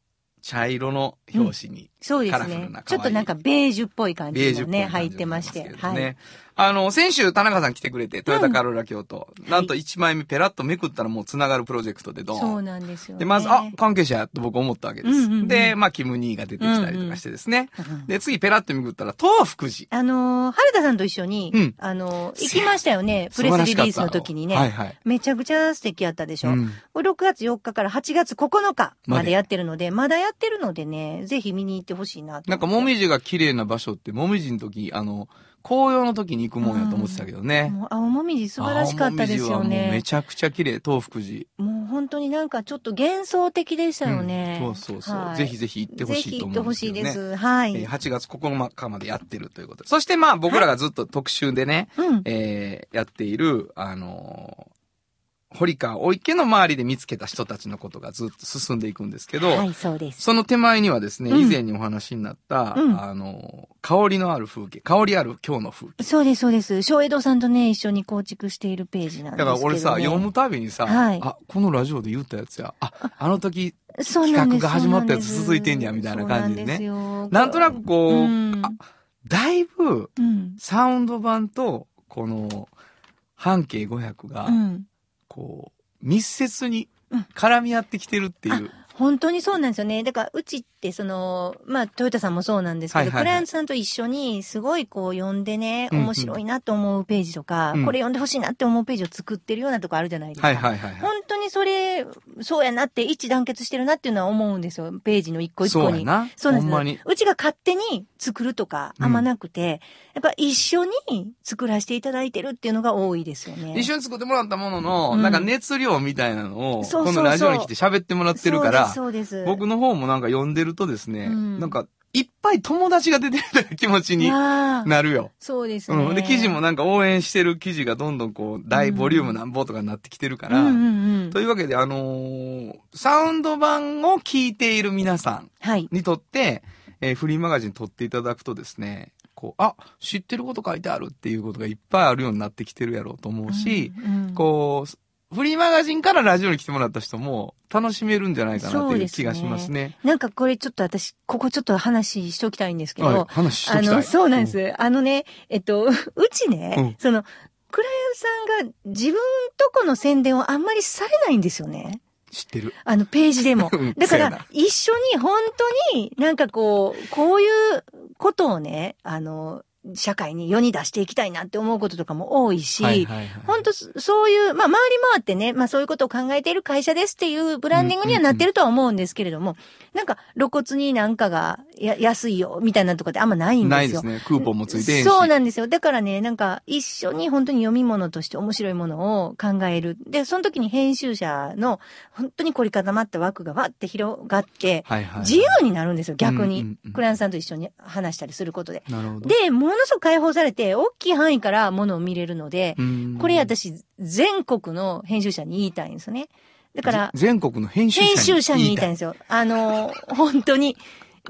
Speaker 2: 茶色の表紙に
Speaker 5: そうで
Speaker 2: カ
Speaker 5: す
Speaker 2: ラフル
Speaker 5: ね
Speaker 2: な可愛い。
Speaker 5: ちょっとなんかベージュっぽい感
Speaker 2: ベー
Speaker 5: じ
Speaker 2: ジュ
Speaker 5: の
Speaker 2: っぽい
Speaker 5: ね、
Speaker 2: 感
Speaker 5: 入っ
Speaker 2: じで
Speaker 5: て
Speaker 2: ござい
Speaker 5: ま
Speaker 2: ま
Speaker 5: し
Speaker 2: すけ
Speaker 5: て。
Speaker 2: どね。
Speaker 5: はい。
Speaker 2: あの、先週、田中さん来てくれて、トヨタカローラ京都。なんと1枚目ペラッとめくったらもう繋がるプロジェクトでドーン。
Speaker 5: そうなんですよね。
Speaker 2: で、まず、あ、関係者やと僕思ったわけです。
Speaker 5: うんうんうん
Speaker 2: で、まあ、キム兄が出てきたりとかしてですね。
Speaker 5: うん
Speaker 2: で、次、ペラッとめくったら、東福寺。
Speaker 5: あのー、原田さんと一緒に、
Speaker 2: うん
Speaker 5: あのー、行きましたよね、プ
Speaker 2: 素
Speaker 5: レス
Speaker 2: 晴ら
Speaker 5: リ
Speaker 2: しかっ
Speaker 5: リ
Speaker 2: た
Speaker 5: ースの時にね。
Speaker 2: はいはい。
Speaker 5: めちゃくちゃ素敵やったでし
Speaker 2: う
Speaker 5: ょ、
Speaker 2: ん、
Speaker 5: これ6月4日から8月9日ま
Speaker 2: まで
Speaker 5: でやってるので、まだやってるのでね、ぜひ見に行ってほしいなと
Speaker 2: なんか、もみじが綺麗な場所って、もみじの時、あの、紅葉の時に行くもんやと思ってたけどね。
Speaker 5: もう青もみじ素晴らしかったですよ
Speaker 2: 青もみじはもうめ
Speaker 5: ね。
Speaker 2: ちゃくちゃ綺麗、東福寺。
Speaker 5: もう本当になんかちょっと幻想的でしたよね。
Speaker 2: うんそうそうそう、
Speaker 5: はい
Speaker 2: ぜひぜひ行ってほしいと思うんですけどね。
Speaker 5: ぜひ行ってほしいです。はい。
Speaker 2: えー8月9日までやってるということで。そしてまあ僕らがずっと特集でね、
Speaker 5: うん。
Speaker 2: えーやっている、あのー堀川お池の周りで見つけた人たちのことがずっと進んでいくんですけど、
Speaker 3: はい、そうです。
Speaker 2: その手前にはですね、
Speaker 5: うん
Speaker 2: 以前にお話になった、
Speaker 5: うん
Speaker 2: あのー香りのある風景、香りある今日の風景。
Speaker 5: そうです、そうです。小江戸さんとね、一緒に構築しているページなんですけ
Speaker 2: だか
Speaker 5: ど、ね。
Speaker 2: ら俺さ、読むたびにさ、
Speaker 5: はい
Speaker 2: あ、このラジオで言ったやつや、あ、あの時、
Speaker 5: そうなんです
Speaker 2: 企画が始まったやつ続いてんねやみたいな感じでねなんとなくこう、
Speaker 5: うん
Speaker 2: あだいぶ、
Speaker 5: うん。
Speaker 2: サウンド版と、この、半径500が
Speaker 5: う、ん。
Speaker 2: こう、密接に
Speaker 5: うん
Speaker 2: 絡み合ってきてるっていう。
Speaker 5: 本当にそうなんですよね。だから、うちって、その、まあ、トヨタさんもそうなんですけど、
Speaker 2: はいはいはい
Speaker 5: クライアントさんと一緒に、すごいこう、読んでね、
Speaker 2: うんうん
Speaker 5: 面白いなと思うページとか、
Speaker 2: うん
Speaker 5: これ読んでほしいなって思うページを作ってるようなとこあるじゃないですか。
Speaker 2: はいはいはいは
Speaker 5: 本当にそれ、そうやなって、一致団結してるなっていうのは思うんですよ。ページの一個
Speaker 2: い。
Speaker 5: 一
Speaker 2: そ
Speaker 5: 個
Speaker 2: うや
Speaker 5: に。
Speaker 2: な。
Speaker 5: そうなん
Speaker 2: ほん
Speaker 5: です
Speaker 2: まに。
Speaker 5: うちが勝手に作るとか、あんまなくて、やっぱ一緒に作らせていただいてるっていうのが多いですよね。
Speaker 2: 一緒に作ってもらったものの、
Speaker 5: うん
Speaker 2: なんか熱量みたいなのを、
Speaker 5: そうそうそう
Speaker 2: このラジオに来て喋ってもらってるから、
Speaker 5: そうです、そうです。
Speaker 2: 僕の方もなんか読んでるとですね、
Speaker 5: うん
Speaker 2: なんか、いっぱい友達が出てるような気持ちに
Speaker 5: あー
Speaker 2: なるよ。
Speaker 5: そうですね。
Speaker 2: うん。で、記事もなんか応援してる記事がどんどんこう、大ボリュームなんぼとかになってきてるから、
Speaker 5: うんうんうん。
Speaker 2: というわけで、あのーサウンド版を聞いている皆さん
Speaker 5: はい。
Speaker 2: にとって、えーフリーマガジン撮っていただくとですね、こう、あ、知ってること書いてあるっていうことがいっぱいあるようになってきてるやろうと思うし、
Speaker 5: うんうん
Speaker 2: こう、フリーマガジンからラジオに来てもらった人も楽しめるんじゃないかなっていう気がしますね。
Speaker 5: なんかこれちょっと私、ここちょっと話しときたいんですけど、
Speaker 2: はい、話しと
Speaker 5: あ
Speaker 2: きたい。
Speaker 5: の、そうなんです。あのね、えっと、 (laughs) うちね、
Speaker 2: うん
Speaker 5: その、クライアントさんが自分とこの宣伝をあんまりされないんですよね。
Speaker 2: 知ってる。
Speaker 5: あの、ページでも
Speaker 2: うん。
Speaker 5: だか
Speaker 2: そうやな
Speaker 5: ら、一緒に本当になんかこう、こういうことをね、あの、社会に世に出していきたいなって思うこととかも多いし、
Speaker 2: はいはい
Speaker 5: 本当そういう、まあ、周り回ってね、まあ、そういうことを考えている会社ですっていうブランディングにはなってるとは思うんですけれども、なんか、露骨になんかが、や、安いよ、みたいなとかってあんまないんで
Speaker 2: ない
Speaker 5: す
Speaker 2: で
Speaker 5: よ
Speaker 2: す。ね。クーポンもついてへんし。
Speaker 5: そうなんですよ。だからね、なんか、一緒に本当に読み物として面白いものを考える。で、その時に編集者の、本当に凝り固まった枠がわって広がって、
Speaker 2: はいはい。
Speaker 5: 自由になるんですよ、逆
Speaker 2: うんう
Speaker 5: に
Speaker 2: んうん。
Speaker 5: クライアントさんと一緒に話したりすることで。
Speaker 2: なるほど。
Speaker 5: で、ものすごく解放されて、大きい範囲からものを見れるので、
Speaker 2: うん
Speaker 5: これ私、全国の編集者に言いたいんですよね。だから、
Speaker 2: ぜ全国の編集者に
Speaker 5: 編集者に言いたいんですよ。あのー、本当に。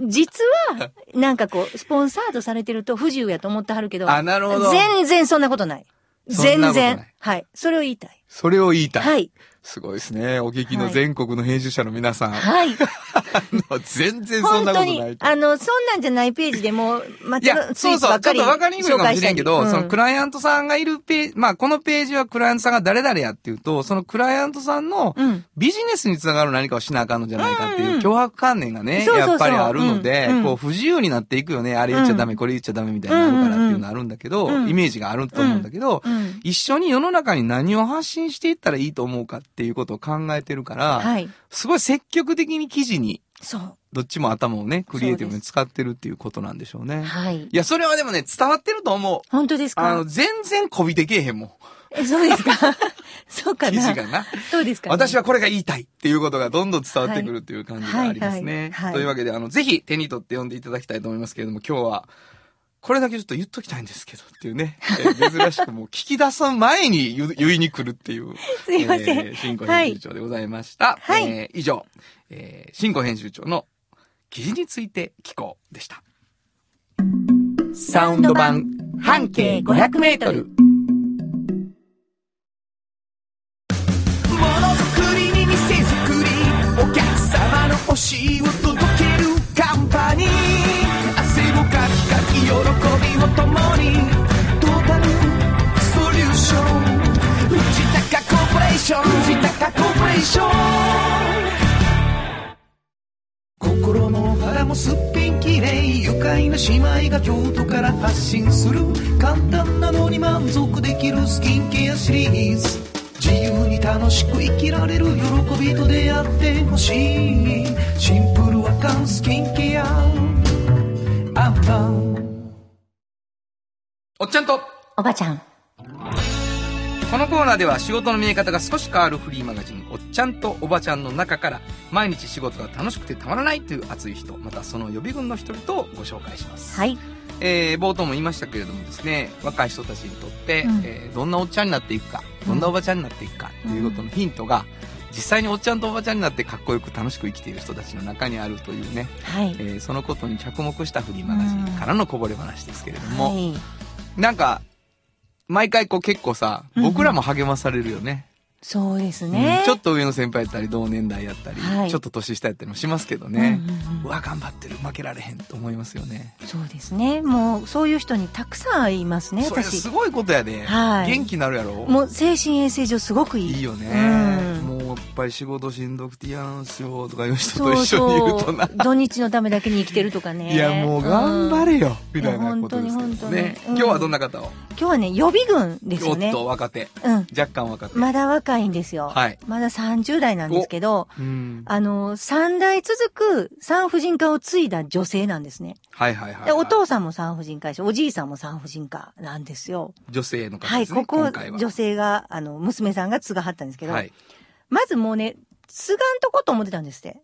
Speaker 5: 実は、なんかこう、スポンサードされてると不自由やと思ってはるけど、
Speaker 2: あ、なるほど。
Speaker 5: 全然そんなことない。
Speaker 2: そん
Speaker 5: 全
Speaker 2: なことない
Speaker 5: 然。はい。それを言いたい。
Speaker 2: それを言いたい。
Speaker 5: はい。
Speaker 2: すごいですね。お聞きの
Speaker 5: はい
Speaker 2: 全国の編集者の皆さん。
Speaker 5: はい。
Speaker 2: あの全然 (laughs) そ
Speaker 5: 本
Speaker 2: んなこ
Speaker 5: 当
Speaker 2: とな
Speaker 5: に
Speaker 2: い、。
Speaker 5: あの、そんなんじゃないページでも、ま
Speaker 2: い
Speaker 5: た、
Speaker 2: や、
Speaker 5: スイ
Speaker 2: そう
Speaker 5: ーツ
Speaker 2: そ
Speaker 5: ば
Speaker 2: う、
Speaker 5: っ
Speaker 2: ち
Speaker 5: か
Speaker 2: ょっ
Speaker 5: り
Speaker 2: とわかりにくいか
Speaker 5: 紹
Speaker 2: も
Speaker 5: 介
Speaker 2: し
Speaker 5: し
Speaker 2: れ
Speaker 5: た
Speaker 2: ん
Speaker 5: り
Speaker 2: けど、
Speaker 5: うん
Speaker 2: そのクライアントさんがいるページ、まあこのページはクライアントさんが誰々やっていうと、そのクライアントさんの
Speaker 5: うん
Speaker 2: ビジネスにつながる何かをしなあかんのじゃないかって
Speaker 5: うん
Speaker 2: いううん脅迫観念がね、
Speaker 5: そうそうそう
Speaker 2: やっぱりあるので、
Speaker 5: うんうん
Speaker 2: こう不自由になっていくよね、あれ言っちゃダメ、これ言っちゃダメみたいになるからっていうのあるんだけど、
Speaker 5: うんうん
Speaker 2: イメージがあると思うんだけど、
Speaker 5: うん。
Speaker 2: 一緒に世の中に何を発信していったらいいと思うかっていうことを考えてるから、
Speaker 5: はい。
Speaker 2: すごい積極的に記事に、
Speaker 5: そう。
Speaker 2: どっちも頭をね、クリエイティブ
Speaker 5: そう
Speaker 2: に
Speaker 5: で
Speaker 2: 使ってるっていうことなんでしょうね。
Speaker 5: はい
Speaker 2: い。や、それはでもね、伝わってると思う。
Speaker 5: 本当です
Speaker 2: あの、
Speaker 5: か
Speaker 2: 全然こびてけえへんもん。
Speaker 5: えそうですか (laughs) そうか
Speaker 2: 記
Speaker 5: な
Speaker 2: 事がな。
Speaker 5: そうですかね
Speaker 2: 私はこれが言いたいっていうことがどんどん伝わってくるっていう感じがあります
Speaker 5: はいは
Speaker 2: ね
Speaker 5: い。はい
Speaker 2: というわけで、あの、ぜひ手に取って読んでいただきたいと思いますけれども、今日は、これだけちょっと言っときたいんですけどっていうね、えー珍しくもう聞き出す前に (laughs) 言う言いに来るっていう。
Speaker 5: すいません。
Speaker 2: えー新庫編集長でございました。
Speaker 5: はい
Speaker 2: えー以上、えー、新庫編集長の記事について聞こうでした。サウンド版半径500メートル。
Speaker 4: ものづくりに店づくりお客様の欲しいを届けるカンパニー汗をかきかき喜びを共にトータルソリューション藤高コーポレーション藤高コーポレーション心も腹もすっぴんきれい愉快な姉妹が京都から発信する簡単なのに満足できるスキンケアシリーズ自由に楽しく生きられる喜びと出会ってほしいシンプルアカンスキンケアアンパン
Speaker 2: おっちゃんと
Speaker 5: おばちゃん。
Speaker 2: このコーナーでは仕事の見え方が少し変わるフリーマガジン、おっちゃんとおばちゃんの中から、毎日仕事が楽しくてたまらないという熱い人、またその予備軍の人々をご紹介します。
Speaker 5: はい。
Speaker 2: えー冒頭も言いましたけれどもですね、若い人たちにとって、
Speaker 5: うん
Speaker 2: えーどんなおっちゃんになっていくか、どんなおばちゃんになっていくかということのヒントが、実際におっちゃんとおばちゃんになってかっこよく楽しく生きている人たちの中にあるというね、
Speaker 5: はい
Speaker 2: え。ーそのことに着目したフリーマガジンからのこぼれ話ですけれども、
Speaker 5: はい。
Speaker 2: なんか、毎回こう結構さ、
Speaker 5: うん
Speaker 2: 僕らも励まされるよね。
Speaker 5: そうです
Speaker 2: う
Speaker 5: ね
Speaker 2: ん。ちょっと上の先輩やったり、同年代やったり、
Speaker 5: はい
Speaker 2: ちょっと年下やったりもしますけど
Speaker 5: とね
Speaker 2: ね。う。わ、頑張ってる、負けられへんと思いますよね。
Speaker 5: そうですね。もう、そういう人にたくさんいますね、
Speaker 2: それす
Speaker 5: 私。
Speaker 2: ごいことやで。
Speaker 5: はい
Speaker 2: 元気になるやろ
Speaker 5: もう、精神衛生上すごくいい。
Speaker 2: いいよね、
Speaker 5: うん
Speaker 2: もうぱり仕事しんどくて嫌なんすよとかいう人と
Speaker 5: そう
Speaker 2: 一緒にいる
Speaker 5: そ
Speaker 2: とな
Speaker 5: う。土日のためだけに生きてるとかね。
Speaker 2: いやもう頑張れよ、みたい
Speaker 5: いや
Speaker 2: なこ
Speaker 5: 本
Speaker 2: と
Speaker 5: 当
Speaker 2: で
Speaker 5: に
Speaker 2: すけど
Speaker 5: 本当に
Speaker 2: ね、
Speaker 5: うん
Speaker 2: 今日はどんな方を、
Speaker 5: うん。今日はね、予備軍です
Speaker 2: お
Speaker 5: よ
Speaker 2: っ
Speaker 5: ね。
Speaker 2: と若手
Speaker 5: うん。
Speaker 2: 若干若手、
Speaker 5: まだ若いんですよ。
Speaker 2: はい
Speaker 5: まだ30代なんですけど、
Speaker 2: うん
Speaker 5: あの、3代続く産婦人科を継いだ女性なんですね。
Speaker 2: はいはいはい、
Speaker 5: で、お父
Speaker 2: さ
Speaker 5: さんも産婦人科医師、おじいさんも産婦人科なんですよ。
Speaker 2: ん女性の方
Speaker 5: は
Speaker 2: で
Speaker 5: い、
Speaker 2: すね、
Speaker 5: ここ
Speaker 2: 今回、は
Speaker 5: 女性が、あの、娘さんが継がはったんですけど、
Speaker 2: はい、
Speaker 5: まずもうね、継がんとこと思ってたんですって。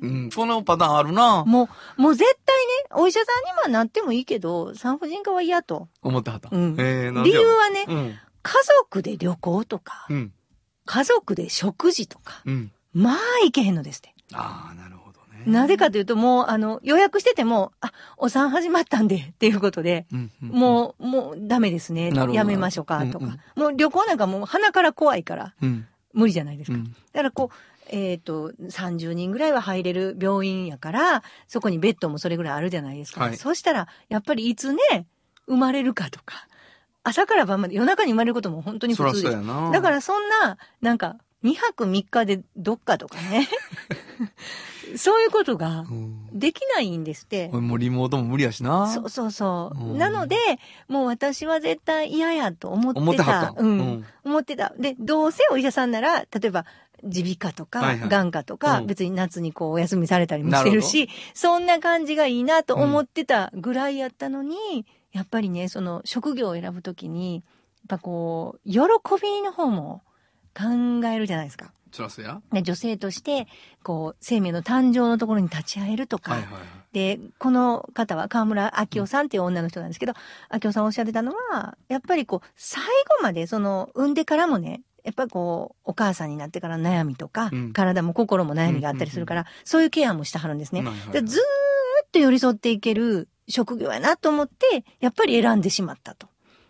Speaker 2: うん、このパターンあるな
Speaker 5: もう、もう絶対ね、お医者さんにはなってもいいけど、産婦人科は嫌と。
Speaker 2: 思ったはった、
Speaker 5: うん
Speaker 2: えー、なんで
Speaker 5: 理由はね、
Speaker 2: うん
Speaker 5: 家族で旅行とか
Speaker 2: う、ん
Speaker 5: 家族で食事とか、
Speaker 2: うん
Speaker 5: まあ行けへんのですって。
Speaker 2: ああなるほどね
Speaker 5: なぜかというと、もう、あの、予約してても、あ、お産始まったんで、っていうことで、
Speaker 2: うんうんうん
Speaker 5: もう、もうダメですね
Speaker 2: なるほ。ど
Speaker 5: やめましょうか、と
Speaker 2: うんう
Speaker 5: か
Speaker 2: ん。
Speaker 5: もう旅行なんかもう鼻から怖いから、
Speaker 2: うん
Speaker 5: 無理じゃないです
Speaker 2: う
Speaker 5: か。
Speaker 2: ん
Speaker 5: だからこう、えっ、と、30人ぐらいは入れる病院やから、そこにベッドもそれぐらいあるじゃないですか。
Speaker 2: はい
Speaker 5: そうしたら、やっぱりいつね、生まれるかとか、朝から晩まで夜中に生まれることも本当に
Speaker 2: そ
Speaker 5: 普
Speaker 2: ら
Speaker 5: 通
Speaker 2: そ
Speaker 5: で
Speaker 2: う
Speaker 5: す。
Speaker 2: やな
Speaker 5: だからそんな、なんか、2泊3日でどっかとか
Speaker 2: (laughs)
Speaker 5: ね、そういうことが
Speaker 2: うん
Speaker 5: できないんですって。
Speaker 2: もうリモートも無理やしな
Speaker 5: そうそうそう。
Speaker 2: うん
Speaker 5: なので、もう私は絶対嫌やと思ってた。
Speaker 2: 思ってはった
Speaker 5: うん思ってた。で、どうせお医者さんなら、例えば、耳鼻科と
Speaker 2: は
Speaker 5: か
Speaker 2: いは、い
Speaker 5: 眼科とか、
Speaker 2: うん
Speaker 5: 別に夏にこうお休みされたりもしてるし、そんな感じがいいなと思ってたぐらいやったのに、やっぱりね、その職業を選ぶときに、やっぱこう、喜びの方も考えるじゃないですか。
Speaker 2: そらそうや
Speaker 5: で女性として、こう、生命の誕生のところに立ち会えるとか、
Speaker 2: はいはいはい
Speaker 5: で、この方は河村明夫さんっていう女の人なんですけど、明夫さんおっしゃってたのは、やっぱりこう、最後まで、その、産んでからもね、やっぱこう、お母さんになってからの悩みとか、
Speaker 2: うん
Speaker 5: 体も心も悩みがあったりするから、そういうケアもしてはるんですね。
Speaker 2: はいはいはい
Speaker 5: でずーっと寄り添っていける職業やなと思って、やっぱり選んでしまったと。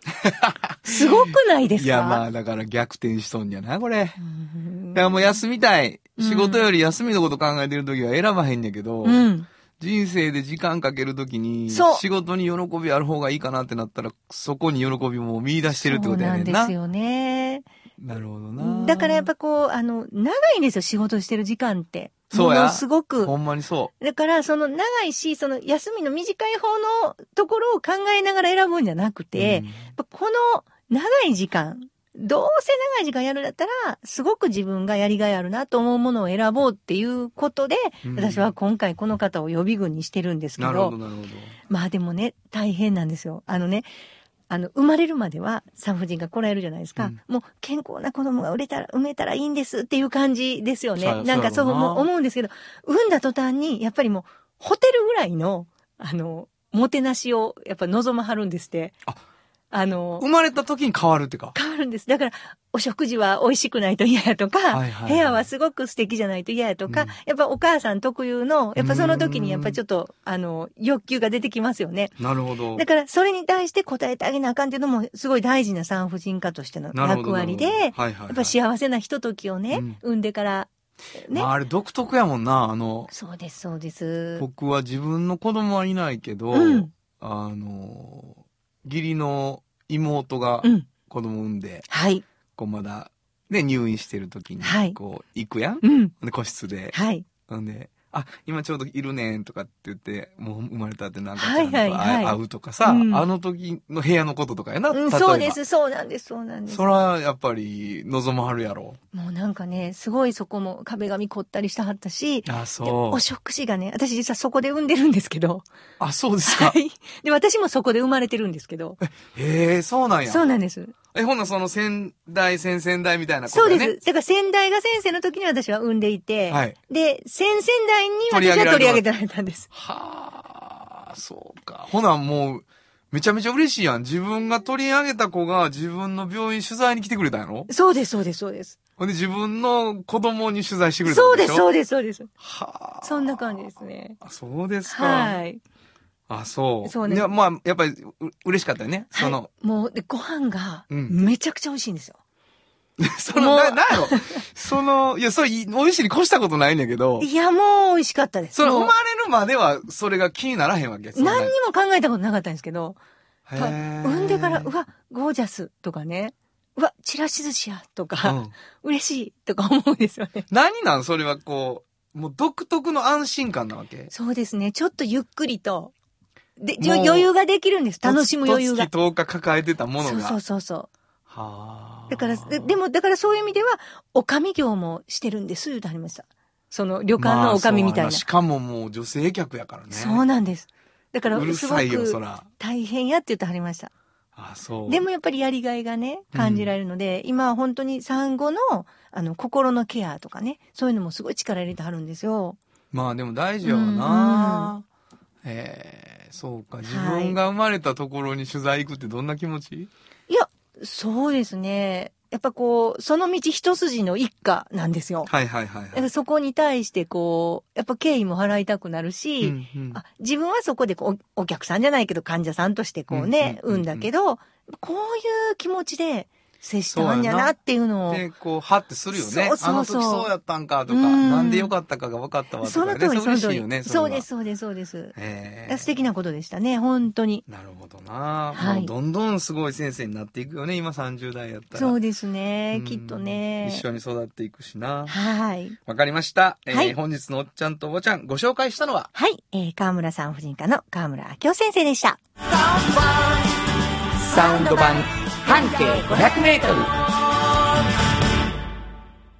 Speaker 5: (laughs) すごくないですか
Speaker 2: いやまあだから逆転しとんやなこれ
Speaker 5: うん
Speaker 2: だからもう休みたい。
Speaker 5: うん
Speaker 2: 仕事より休みのこと考えてるときは選ばへんねんけど、
Speaker 5: うん。
Speaker 2: 人生で時間かけるときに、
Speaker 5: そう
Speaker 2: 仕事に喜びある方がいいかなってなったら、そこに喜びも見出してるってことやねん
Speaker 5: そうな
Speaker 2: な。
Speaker 5: んです
Speaker 2: な
Speaker 5: よね。
Speaker 2: るほどな。
Speaker 5: だからやっぱこう、あの、長いんですよ、仕事してる時間って。
Speaker 2: そうや
Speaker 5: ものすごく
Speaker 2: ほ。んまにそ
Speaker 5: だから、その長いし、その休みの短い方のところを考えながら選ぶんじゃなく
Speaker 2: う。
Speaker 5: て、
Speaker 2: うん
Speaker 5: やっぱこの長い時間、どうせ長い時間やるんだったら、すごく自分がやりがいあるなと思うものを選ぼうっていうことで、
Speaker 2: うん
Speaker 5: 私は今回この方を予備軍にしてるんですけ
Speaker 2: な
Speaker 5: ど、
Speaker 2: るほど、なるほど。
Speaker 5: まあでもね、大変なんですよ。あのね、あの、生まれるまでは産婦人が来られるじゃないですか。
Speaker 2: うん
Speaker 5: もう健康な子供が売れたら、産めたらいいんですっていう感じですよ
Speaker 2: そうや
Speaker 5: ね。なんかそう
Speaker 2: そうやろうな
Speaker 5: も思うんですけど、産んだ途端に、やっぱりもう、ホテルぐらいの、あの、もてなしを、やっぱ望まはるんですって。
Speaker 2: あ
Speaker 5: の
Speaker 2: 生、まれた時に変わるってか。
Speaker 5: 変わるんです。だから、お食事は美味しくないと嫌やとか、
Speaker 2: はいはい
Speaker 5: 部屋はすごく素敵じゃないと嫌やとか、
Speaker 2: うん
Speaker 5: やっぱお母さん特有の、やっぱその時にやっぱちょっと、あの、欲求が出てきますよね。
Speaker 2: なるほど
Speaker 5: だ。から、それに対して答えてあげなあかんっていうのも、すごい大事な産婦人科としての
Speaker 2: なるほ
Speaker 5: 役
Speaker 2: ど。
Speaker 5: 割で、
Speaker 2: なるほ
Speaker 5: や
Speaker 2: どはいはいはい。
Speaker 5: っぱ幸せなひとときをね、
Speaker 2: うん
Speaker 5: 産んでから、ね。
Speaker 2: まああれ独特やもんな。あの、
Speaker 5: そうです、そうです。
Speaker 2: 僕は自分の子供はいないけど、
Speaker 5: うん
Speaker 2: あの、義理の妹が
Speaker 5: うん。
Speaker 2: 子供産んで、
Speaker 5: はい。
Speaker 2: こうまだ、ね、入院してる時に
Speaker 5: はい、
Speaker 2: こう、行くやん、
Speaker 5: うん。
Speaker 2: で個室で。
Speaker 5: はい。
Speaker 2: なんで、あ、今ちょうどいるねんとかって言って、もう生まれたってなんかちゃ
Speaker 5: は
Speaker 2: ん
Speaker 5: い
Speaker 2: と
Speaker 5: はいはい
Speaker 2: 会会うとかさ、
Speaker 5: うん
Speaker 2: あの時の部屋のこととかやな、
Speaker 5: うん、
Speaker 2: 例えば
Speaker 5: そうです、そうなんです、そうなんです
Speaker 2: そ。ら、やっぱり、望まはるやろ。
Speaker 5: もうなんかね、すごいそこも壁紙凝ったりしたはったし、
Speaker 2: あ、
Speaker 5: で
Speaker 2: そ
Speaker 5: お
Speaker 2: う。
Speaker 5: 食事がね、私実はそこで産んでるんですけど、
Speaker 2: あ、そうです
Speaker 5: は (laughs)
Speaker 2: か。
Speaker 5: い。で、私もそこで生まれてるんですけど、
Speaker 2: へえ、そうなんや
Speaker 5: そ。うなんです。
Speaker 2: え、ほんなその先代、先々代みたいなこと
Speaker 5: そう
Speaker 2: や
Speaker 5: で
Speaker 2: ね。
Speaker 5: す。だから先代が先生の時に私は産んでいて、
Speaker 2: はい
Speaker 5: で、先々代に私は取り上げてられたんです。
Speaker 2: はあ、そうか。ほな、もう、めちゃめちゃ嬉しいやん。自分が取り上げた子が自分の病院取材に来てくれたんやろ
Speaker 5: そうです、そうです、そうです。
Speaker 2: ほんで自分の子供に取材してくれた
Speaker 5: そ
Speaker 2: ん
Speaker 5: う
Speaker 2: で
Speaker 5: で
Speaker 2: し
Speaker 5: す、
Speaker 2: ょ
Speaker 5: そう
Speaker 2: で
Speaker 5: です、そうです。
Speaker 2: す。はあ。
Speaker 5: そんな感じですね。
Speaker 2: あそうですか。
Speaker 5: はい。
Speaker 2: あ、そう。
Speaker 5: そうね
Speaker 2: いや、まあ、やっぱり、う嬉しかったよね。その
Speaker 5: は、い、もう、で、ご飯が、
Speaker 2: うん
Speaker 5: めちゃくちゃ美味しいんですよ。
Speaker 2: (laughs) その、
Speaker 5: もう
Speaker 2: な、なんや
Speaker 5: (laughs)
Speaker 2: ろ。その、いや、それ、い美味しいに越したことないねんだけど、
Speaker 5: いや、もう美味しかったです。
Speaker 2: その、生
Speaker 5: もう
Speaker 2: まれるまでは、それが気にならへんわけ。そんな
Speaker 5: 何にも考えたことなかったんですけど、
Speaker 2: へー
Speaker 5: 産んでから、うわ、ゴージャスとかね。うわ、チラシ寿司や、と
Speaker 2: う
Speaker 5: か、
Speaker 2: ん
Speaker 5: 嬉しい、とか思うんですよね。
Speaker 2: 何なんそれはこう、もう独特の安心感なわけ
Speaker 5: そうですね。ちょっとゆっくりと。で、じ
Speaker 2: も
Speaker 5: ょ
Speaker 2: う
Speaker 5: 余裕ができるんです。楽しむ余裕が。
Speaker 2: 110日抱えてたもの
Speaker 5: そう
Speaker 2: が。
Speaker 5: そうそうそう。
Speaker 2: はあ
Speaker 5: だから、ででも、だからそういう意味では、おかみ業もしてるんです、言うてはりました。その、旅館のおかみみたい
Speaker 2: まあそう
Speaker 5: な。
Speaker 2: やしかももう女性客やからね。
Speaker 5: そうなんです。だから
Speaker 2: う、る
Speaker 5: すご
Speaker 2: さいよ、そ
Speaker 5: く
Speaker 2: ら。
Speaker 5: 大変やって言ってはりました。
Speaker 2: あ、そう。
Speaker 5: でもやっぱりやりがいがね、感じられるので、今は本当に産後の、あの、心のケアとかね、そういうのもすごい力入れてはるんですよ。
Speaker 2: まあでも大事やわな。ええそうか。自分が生まれたところに取材行くってどんな気持ち、
Speaker 5: いや、そうですね。やっぱこう、その道一筋の一家なんですよ。
Speaker 2: はい、はいは
Speaker 5: だ
Speaker 2: いは
Speaker 5: か
Speaker 2: い
Speaker 5: らそこに対してこう、やっぱ敬意も払いたくなるし、
Speaker 2: うんうん
Speaker 5: あ自分はそこでこうおお客さんじゃないけど患者さんとしてこうね、
Speaker 2: うんうんうん
Speaker 5: 産ん
Speaker 2: うん
Speaker 5: だけど、こういう気持ちで接したんやなっていうのを、
Speaker 2: で、こう、はってするよね。
Speaker 5: そうそうそう
Speaker 2: あの時そうやったんかとか、
Speaker 5: うん
Speaker 2: なんでよかったかが分かったわと
Speaker 5: そ
Speaker 2: か、
Speaker 5: の
Speaker 2: ね。
Speaker 5: 通り、
Speaker 2: そ
Speaker 5: そ
Speaker 2: れ
Speaker 5: の
Speaker 2: 嬉
Speaker 5: 通
Speaker 2: しいよね。
Speaker 5: り。そう
Speaker 2: れは
Speaker 5: です、。そうです、そうです。
Speaker 2: ええ
Speaker 5: 素敵なことでしたね、本当に。
Speaker 2: なるほどな。
Speaker 5: はい
Speaker 2: もうどんどんすごい先生になっていくよね。今30代やったら。
Speaker 5: そうです
Speaker 2: う
Speaker 5: ね
Speaker 2: ん、
Speaker 5: きっとね。
Speaker 2: 一緒に育っていくしな。
Speaker 5: はい。
Speaker 2: わかりました。えー
Speaker 5: はい
Speaker 2: 本日のおっちゃんとおばちゃん、ご紹介したのは、
Speaker 5: はい、えー、河村産婦人科の河村明夫先生でした。
Speaker 2: サウンド版半径500メートル。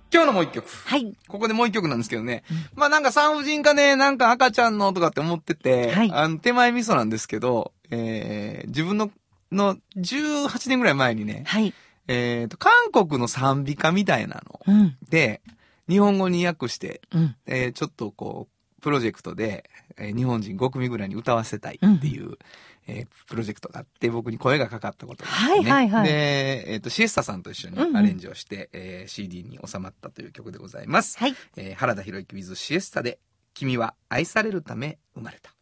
Speaker 2: 今日のもう一曲。
Speaker 5: はい。
Speaker 2: ここでもう一曲なんですけどね。まあなんか産婦人科ね、なんか赤ちゃんのとかって思ってて、
Speaker 5: はい
Speaker 2: あの、手前味噌なんですけど、えー自分の、の18年ぐらい前にね、
Speaker 5: はい。
Speaker 2: えっ、と、韓国の賛美歌みたいなの
Speaker 5: うん。
Speaker 2: で、日本語に訳して、
Speaker 5: うん。
Speaker 2: えーちょっとこう、プロジェクトで、えー日本人5組ぐらいに歌わせたいっていう、えープロジェクトがあって、僕に声がかかったことがあって、ね。
Speaker 5: はいはいはい
Speaker 2: で、えっ、と、シエスタさんと一緒に
Speaker 5: うんうん
Speaker 2: アレンジをして、えー CD に収まったという曲でございます。
Speaker 5: はい。
Speaker 2: えー原田博之 with シエスタで、君は愛されるため生まれた。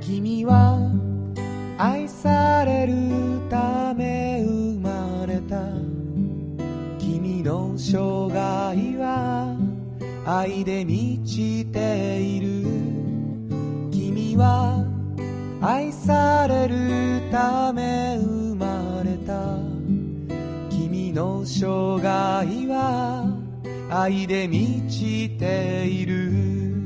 Speaker 4: 君は愛されるため生まれた君の生涯は愛で満ちている君は愛されるため生まれた君の生涯は愛で満ちている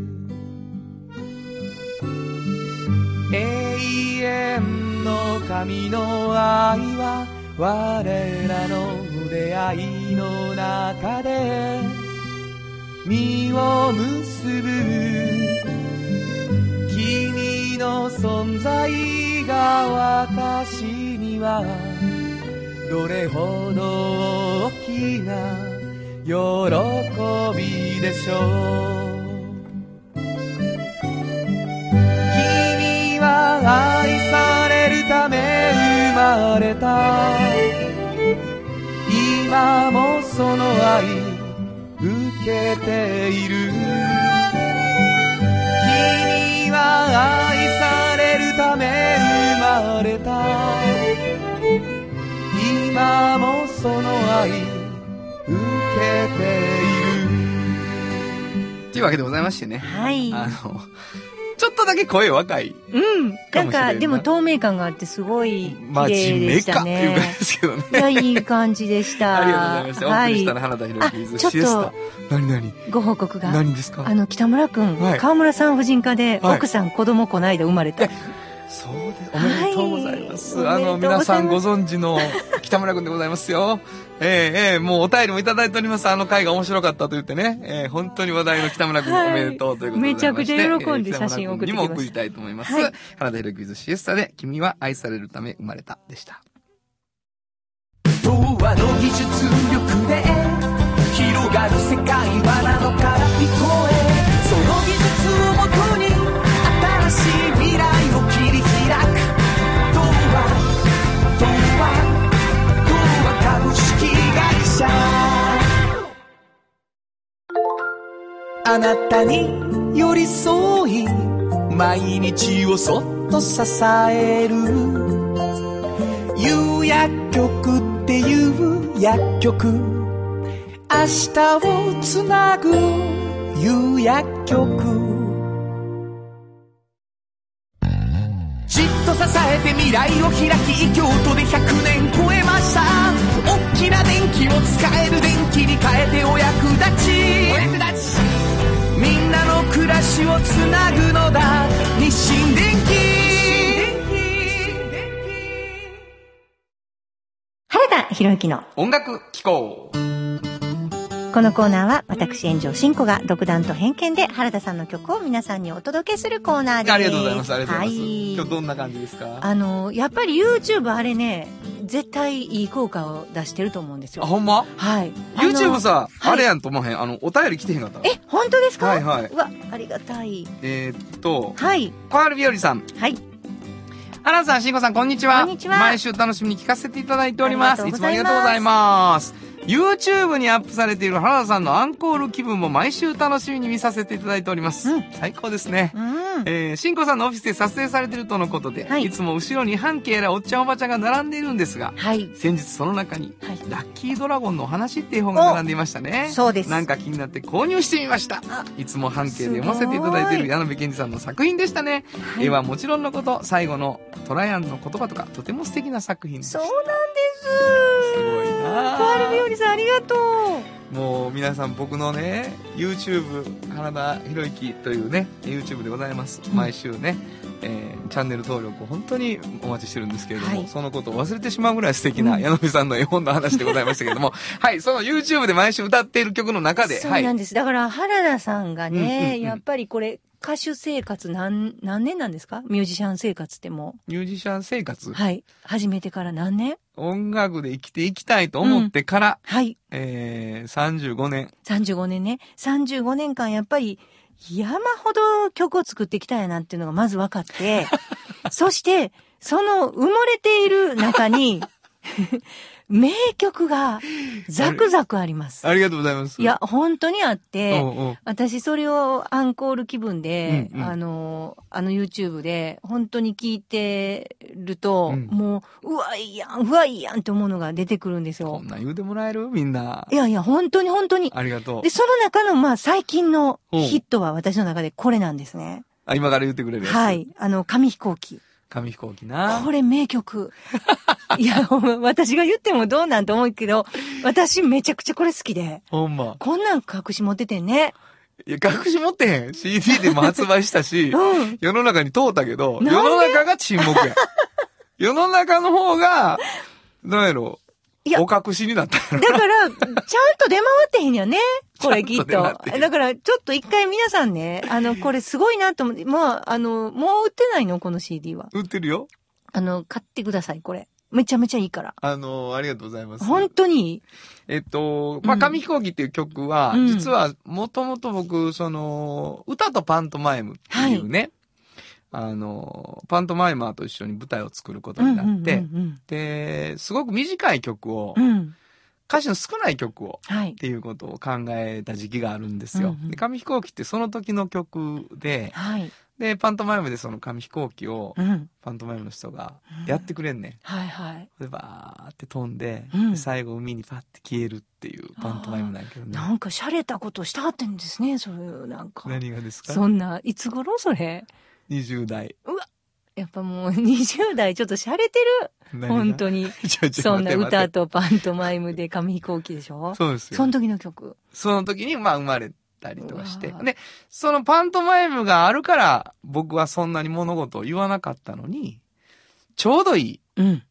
Speaker 4: 永遠の神の愛は我らの出会いの中で実を結ぶ君の存在が私にはどれほど大きな喜びでしょう君は愛されるため生まれた今もその愛受けている君は愛されるため生まれた今もその愛受けている
Speaker 2: というわけでございましてね、
Speaker 5: はい。
Speaker 2: あの、ちょっとだけ声若い。
Speaker 5: うん。な
Speaker 2: かも
Speaker 5: ん
Speaker 2: しれんな
Speaker 5: か、でも透明感があってすごい
Speaker 2: まあ、
Speaker 5: 綺
Speaker 2: 地
Speaker 5: 麗
Speaker 2: 名
Speaker 5: でし
Speaker 2: か
Speaker 5: た
Speaker 2: ってい
Speaker 5: ね。
Speaker 2: う感じですけどね。
Speaker 5: いや、いい感じでした。
Speaker 2: (laughs) ありがとうございました。お送りした
Speaker 5: は
Speaker 2: のは原田博
Speaker 5: あ
Speaker 2: 之 with
Speaker 5: ちょっと
Speaker 2: シエスタ。何何
Speaker 5: い。ご報告が。
Speaker 2: 何ですか
Speaker 5: あの、北村くん、
Speaker 2: はい
Speaker 5: 河村産婦人科で、
Speaker 2: はい
Speaker 5: 奥さん、子供こないだ生まれた。
Speaker 2: そうで、おめでとうございます。
Speaker 5: はい
Speaker 2: あの、
Speaker 5: おめでとうご
Speaker 2: 皆
Speaker 5: ざ
Speaker 2: さ
Speaker 5: い
Speaker 2: んご
Speaker 5: ま
Speaker 2: 存知の北村くんでございますよ。 (laughs) ええええもうお便りもいただいております。あの回が面白かったと言ってね。ええ本当に話題の北村くん
Speaker 5: はい
Speaker 2: おめでとうということでございまして、
Speaker 5: めちゃくちゃ喜んで
Speaker 2: ええ北村
Speaker 5: 写真を送
Speaker 2: 君
Speaker 5: って
Speaker 2: に
Speaker 5: き
Speaker 2: も
Speaker 5: ました
Speaker 2: 送りたいと思います。
Speaker 5: はい
Speaker 2: 原田裕貴ズシエスタで、君は愛されるため生まれたでした。
Speaker 4: 童話の技術力で広がる世界はなのから聞こえその技術をもとに新しい未来を切り開く童話童話童話株式会社あなたに寄り添い毎日をそっと支える有薬局っていう薬局明日をつなぐ有薬局じっと支えて未来を開き京都で100年超えました大きな電気を使える電気に変えてお役立ちお役立ちみんなの暮らしをつなぐのだ日清電気
Speaker 5: 原田博之の
Speaker 2: 音楽機構
Speaker 5: このコーナーは私炎上真子が独断と偏見で原田さんの曲を皆さんにお届けするコーナーです。
Speaker 2: ありがとうございますありがとうございます、
Speaker 5: はい
Speaker 2: 今日どんな感じですか
Speaker 5: あの、やっぱり YouTube あれね、絶対いい効果を出してると思うんです
Speaker 2: あ
Speaker 5: よ。
Speaker 2: ほんま
Speaker 5: はい。あの
Speaker 2: YouTube さ、
Speaker 5: はい
Speaker 2: あれやんと思わへんあのお便り来てへんかった
Speaker 5: え、本当ですか
Speaker 2: はいはいう
Speaker 5: わ、ありがたい。
Speaker 2: えーっと
Speaker 5: はい。
Speaker 2: 小春日和さん
Speaker 5: はい。
Speaker 2: アランさん、しんこさん、こんにちは。
Speaker 5: こんにちは
Speaker 2: 毎週楽しみに聞かせていただいております。
Speaker 5: あ
Speaker 2: い
Speaker 5: りがとうご
Speaker 2: つもあ
Speaker 5: ざ
Speaker 2: り
Speaker 5: います
Speaker 2: がとうございます。YouTube にアップされている原田さんのアンコール気分も毎週楽しみに見させていただいております。
Speaker 5: うん
Speaker 2: 最高ですね。
Speaker 5: うん。
Speaker 2: えー、しんこさんのオフィスで撮影されているとのことで、、
Speaker 5: はいい
Speaker 2: つも後ろに半径やらおっちゃんおばちゃんが並んでいるんですが、
Speaker 5: はい。
Speaker 2: 先日その中に、
Speaker 5: はい。
Speaker 2: ラッキードラゴンのお話っていう本が並んでいましたね。
Speaker 5: そうです。
Speaker 2: なんか気になって購入してみました
Speaker 5: あ
Speaker 2: いつも半径で読ませていただいている矢野部健二さんの作品でしたね、
Speaker 5: い
Speaker 2: 絵はもちろんのこと最後のトライアンの言葉とかとても素敵な作品でし
Speaker 5: そ
Speaker 2: た
Speaker 5: うなんです。
Speaker 2: すごいなあ
Speaker 5: コアルビオリさんありがとう。
Speaker 2: もう皆さん僕のね YouTube 原田博之というね YouTube でございます毎週ね、えーチャンネル登録を本当にお待ちしてるんですけれども、
Speaker 5: はい
Speaker 2: そのことを忘れてしまうぐらい素敵な矢野部さんの絵本の話でございましたけれども
Speaker 5: (laughs)
Speaker 2: はいその YouTube で毎週歌っている曲の中で
Speaker 5: そう
Speaker 2: はい
Speaker 5: なんです。だから原田さんが
Speaker 2: うんうんう
Speaker 5: ね、
Speaker 2: ん
Speaker 5: やっぱりこれ歌手生活何何年なんですか？ミュージシャン生活っても
Speaker 2: ミュージシャン生活
Speaker 5: うはい始めてから何年？
Speaker 2: 音楽で生きていきたいと思ってから、
Speaker 5: はい
Speaker 2: えー、35年。
Speaker 5: 35年ね35年間やっぱり山ほど曲を作ってきたんやなっていうのがまず分かって
Speaker 2: (laughs)
Speaker 5: そしてその埋もれている中
Speaker 2: (laughs)
Speaker 5: に名曲がザクザクあります。
Speaker 2: ありがとうございます。
Speaker 5: いや、本当にあっ
Speaker 2: うん
Speaker 5: て、
Speaker 2: うん。
Speaker 5: 私それをアンコール気分で、
Speaker 2: うんうん
Speaker 5: あの、あの YouTube で本当に聞いてると、
Speaker 2: うん
Speaker 5: もう、うわ、いいやん、うわ、いいやんって思うのが出てくるんです
Speaker 2: こ
Speaker 5: よ
Speaker 2: ん。なん言うてもらえるみんな。
Speaker 5: いやいや、本当に本当に。
Speaker 2: ありがとう
Speaker 5: で、。その中の、まあ、最近の
Speaker 2: うん
Speaker 5: ヒットは私の中でこれなんですね。
Speaker 2: あ、今から言ってくれるやつ。
Speaker 5: はい。。あの、紙飛行機。
Speaker 2: 紙飛行機な
Speaker 5: こ。れ名曲。
Speaker 2: (laughs)
Speaker 5: いや、ほんま私が言ってもどうなんと思うけど、私めちゃくちゃこれ好きで、
Speaker 2: ほんま。
Speaker 5: こんなん隠し持っててんね。
Speaker 2: いや、隠し持ってへん。CD でも発売し
Speaker 5: (laughs)
Speaker 2: たし、
Speaker 5: うん。
Speaker 2: 世の中に通ったけ
Speaker 5: な
Speaker 2: ど、
Speaker 5: んで
Speaker 2: 世の中が沈黙
Speaker 5: (laughs)
Speaker 2: や。世の中の方が、なんやろ
Speaker 5: いや
Speaker 2: お隠しになったやろ
Speaker 5: だから、ちゃんと出回ってへんよね。これきっと。
Speaker 2: ちゃんと出回ってへん
Speaker 5: だから、ちょっと一回皆さんね、あの、これすごいなと思って、まあ、あの、もう売ってないのこの CD は。
Speaker 2: 売ってるよ。
Speaker 5: あの、買ってください、これ。めちゃめちゃいいから。
Speaker 2: あのー、ありがとうございます。
Speaker 5: 本当にいい。
Speaker 2: えっと、まあ、
Speaker 5: うん
Speaker 2: 紙飛行機っていう曲は、
Speaker 5: うん
Speaker 2: 実は、もともと僕、その、歌とパントマイムっていうね、あの、パントマイマーと一緒に舞台を作ることになって、
Speaker 5: うん
Speaker 2: で、すごく短い曲を
Speaker 5: うんう、ん。うん。
Speaker 2: 歌詞の少ない曲を、
Speaker 5: はい
Speaker 2: っ。ていうことを考えた時期があるんですよ。
Speaker 5: うんうん
Speaker 2: で紙飛行機ってその時の曲で、
Speaker 5: はい。
Speaker 2: で、パントマイムでその紙飛行機を
Speaker 5: う、ん。
Speaker 2: パントマイムの人がやってくれんねん。
Speaker 5: はいはい。
Speaker 2: で、バーって飛んで、
Speaker 5: うん
Speaker 2: で最後海にパッて消えるっていうパントマイムなんやけどね。
Speaker 5: なんか、洒落たことしたってんですね、そういう、なんか。
Speaker 2: 何がですか
Speaker 5: そんな、いつ頃それ
Speaker 2: 20代。
Speaker 5: やっぱもう20代ちょっと洒落てる。本
Speaker 2: に。
Speaker 5: 当に。
Speaker 2: ちょ (laughs) ちょ
Speaker 5: そんな
Speaker 2: 待って待
Speaker 5: 歌
Speaker 2: って
Speaker 5: とパントマイムで紙飛行機でしょ
Speaker 2: そうです
Speaker 5: そ
Speaker 2: よ
Speaker 5: の。時の曲。
Speaker 2: その時に、まあ、生まれたりとかして
Speaker 5: う。わ
Speaker 2: で、そのパントマイムがあるから、僕はそんなに物事を言わなかったのに、ちょうどいい、
Speaker 5: うん。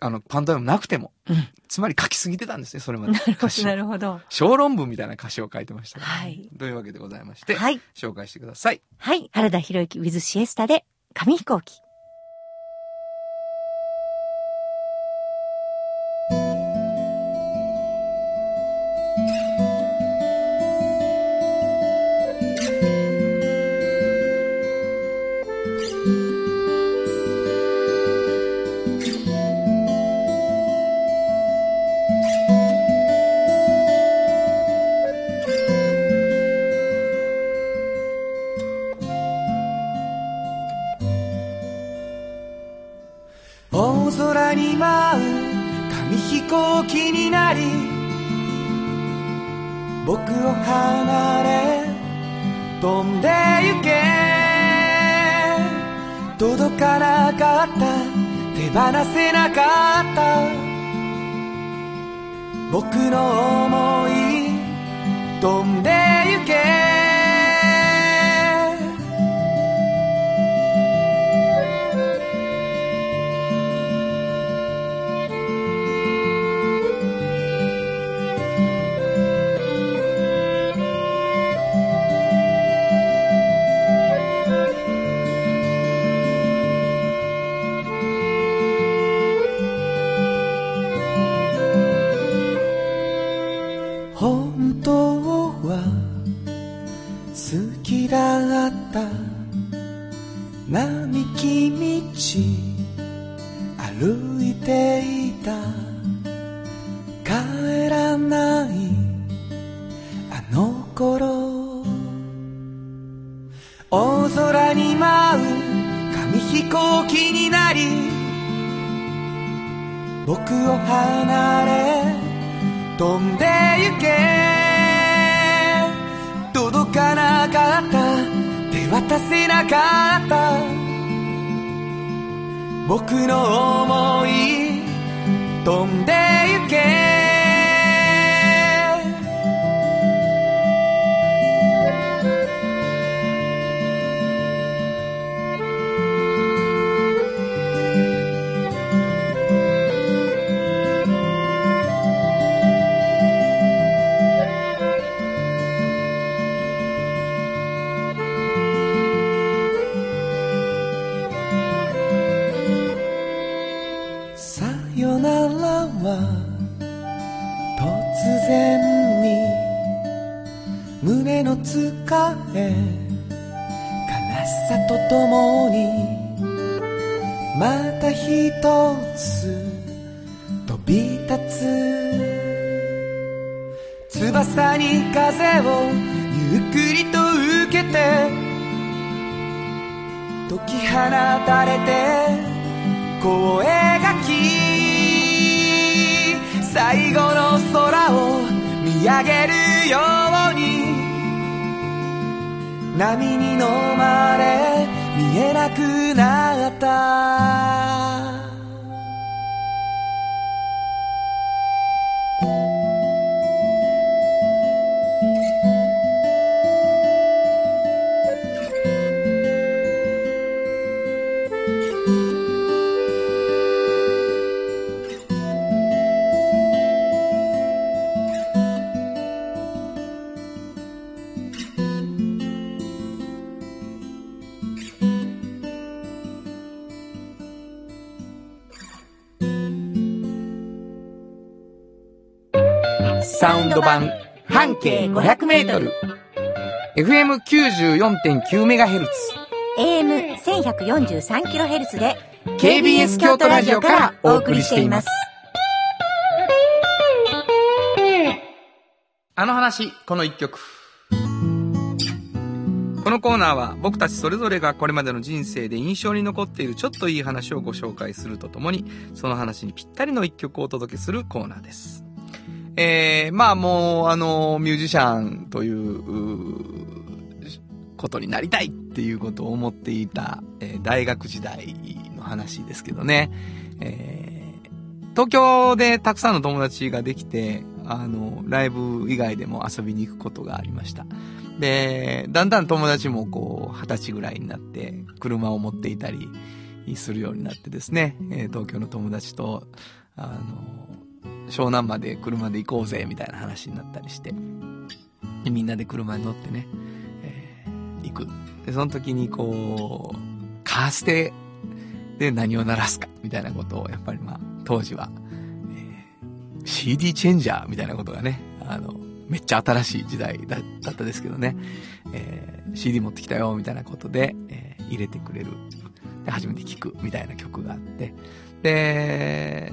Speaker 2: あの、パントマイムなくても。
Speaker 5: うん
Speaker 2: つまり書きすぎてたんですね、それまで。
Speaker 5: なるほ
Speaker 2: 歌
Speaker 5: ど、
Speaker 2: 詞
Speaker 5: なるほど。
Speaker 2: 小論文みたいな歌詞を書いてましたから、
Speaker 5: はい
Speaker 2: というわけでございまして、
Speaker 5: はい。
Speaker 2: 紹介してください。
Speaker 5: はい。原田博之 with シエスタで紙飛行機。
Speaker 2: 「
Speaker 4: 空に舞う紙飛行機になり僕を離れ飛んで行け届かなかった手放せなかった僕の想い飛んで行け本当は好きだった並木道歩いていた帰らないあの頃大空に舞う紙飛行機になり僕を離れ飛んで行け届かなかった手渡せなかった僕の想い飛んで行けさよならは突然に胸の疲れ悲しさとともにまた一つ飛び立つ翼に風をゆっくりと受けて解き放たれて声がき最後の空を見上げるように波に飲まれ見えなくなった
Speaker 2: サウンド版半径500メートル。FM94.9 メガヘルツ。
Speaker 3: AM1143kHz で
Speaker 2: KBS 京都ラジオからお送りしています。あの話、この一曲。このコーナーは僕たちそれぞれがこれまでの人生で印象に残っているちょっといい話をご紹介するとともに、その話にぴったりの一曲をお届けするコーナーです。えー、まあもう、あの、ミュージシャンという、うーことになりたいっていうことを思っていた、えー大学時代の話ですけどね。えー東京でたくさんの友達ができて、あの、ライブ以外でも遊びに行くことがありました。で、だんだん友達もこう、二十歳ぐらいになって、車を持っていたりするようになってですね、えー東京の友達と、あの、湘南まで車で行こうぜ、みたいな話になったりして、でみんなで車に乗ってね、えー行く。で、その時にこう、カーステで何を鳴らすか、みたいなことを、やっぱりまあ、当時は、えー CD チェンジャーみたいなことがね、あの、めっちゃ新しい時代だだったですけどね、えー CD 持ってきたよ、みたいなことで、えー入れてくれる。で、初めて聞く、みたいな曲があって。で、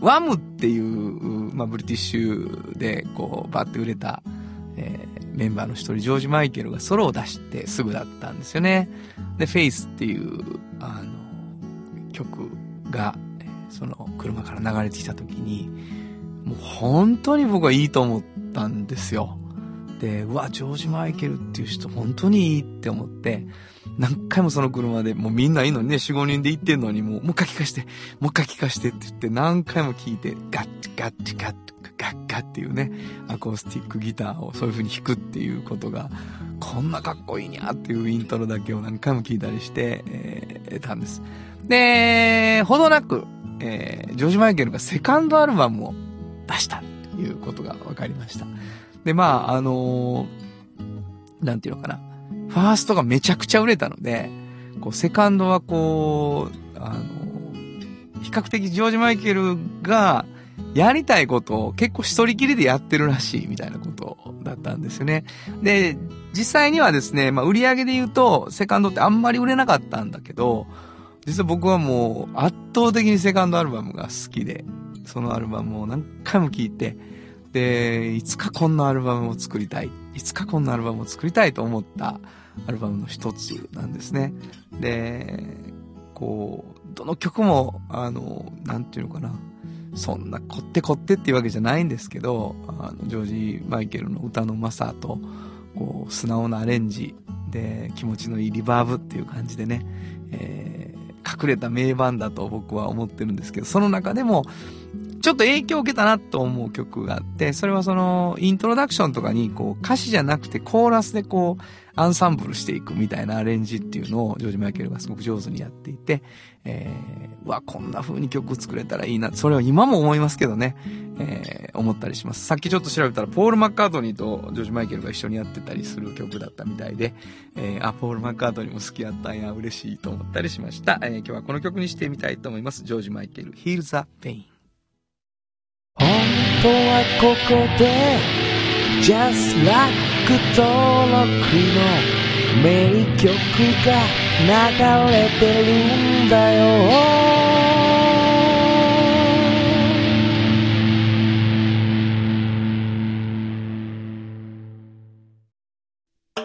Speaker 2: ワムっていう、まあ、ブリティッシュで、こう、バーって売れた、えーメンバーの一人、ジョージ・マイケルがソロを出してすぐだったんですよね。で、フェイスっていう、あの、曲が、えーその、車から流れてきた時に、もう本当に僕はいいと思ったんですよ。で、うわ、ジョージ・マイケルっていう人本当にいいって思って、何回もその車で、もうみんないいのにね、4、5人で行ってんのに、もう、もう一回聞かして、もう一回聞かしてって言って、何回も聞いて、ガッチガッチガッチガッガッっていうね、アコースティックギターをそういう風に弾くっていうことが、こんなかっこいいにゃっていうイントロだけを何回も聞いたりして、えー、得たんです。で、ほどなく、えー、ジョージ・マイケルがセカンドアルバムを出したっていうことが分かりました。で、まあ、あのーなんていうのかな。ファーストがめちゃくちゃ売れたので、こう、セカンドはこう、あのー比較的ジョージ・マイケルがやりたいことを結構一人きりでやってるらしいみたいなことだったんですよね。で、実際にはですね、まあ、売り上げで言うと、セカンドってあんまり売れなかったんだけど、実は僕はもう圧倒的にセカンドアルバムが好きで、そのアルバムを何回も聴いて、で、いつかこんなアルバムを作りたい。いつかこんなアルバムを作りたいと思ったアルバムの一つなんですね。で、こう、どの曲も、あの、なんていうのかな。そんなこってこってっていうわけじゃないんですけど、あのジョージ・マイケルの歌のうまさと、こう、素直なアレンジで、気持ちのいいリバーブっていう感じでね、えー隠れた名盤だと僕は思ってるんですけど、その中でも、ちょっと影響を受けたなと思う曲があって、それはその、イントロダクションとかに、こう、歌詞じゃなくてコーラスでこう、アンサンブルしていくみたいなアレンジっていうのを、ジョージ・マイケルがすごく上手にやっていて、えー、うわ、こんな風に曲作れたらいいな、それは今も思いますけどね、えー、思ったりします。さっきちょっと調べたら、ポール・マッカートニーとジョージ・マイケルが一緒にやってたりする曲だったみたいで、えー、あ、ポール・マッカートニーも好きやったんや、嬉しいと思ったりしました。えー、今日はこの曲にしてみたいと思います。ジョージ・マイケル、Heal the Pain。
Speaker 4: 本当はここで Just Like 登録の名曲が流れてるんだよ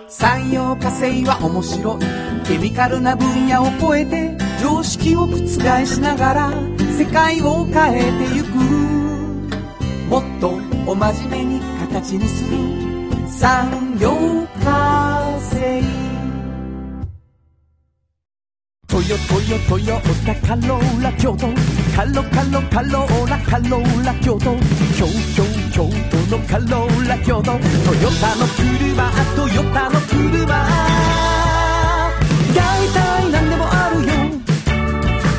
Speaker 4: 産業化成は面白いケミカルな分野を超えて常識を覆しながら世界を変えてゆくもっとお真面目に形にする産業化成トヨトヨトヨタカローラ京都カロカロカローラカローラ京都京京京都のカローラ京都トヨタの車トヨタの車大体何でもあるよ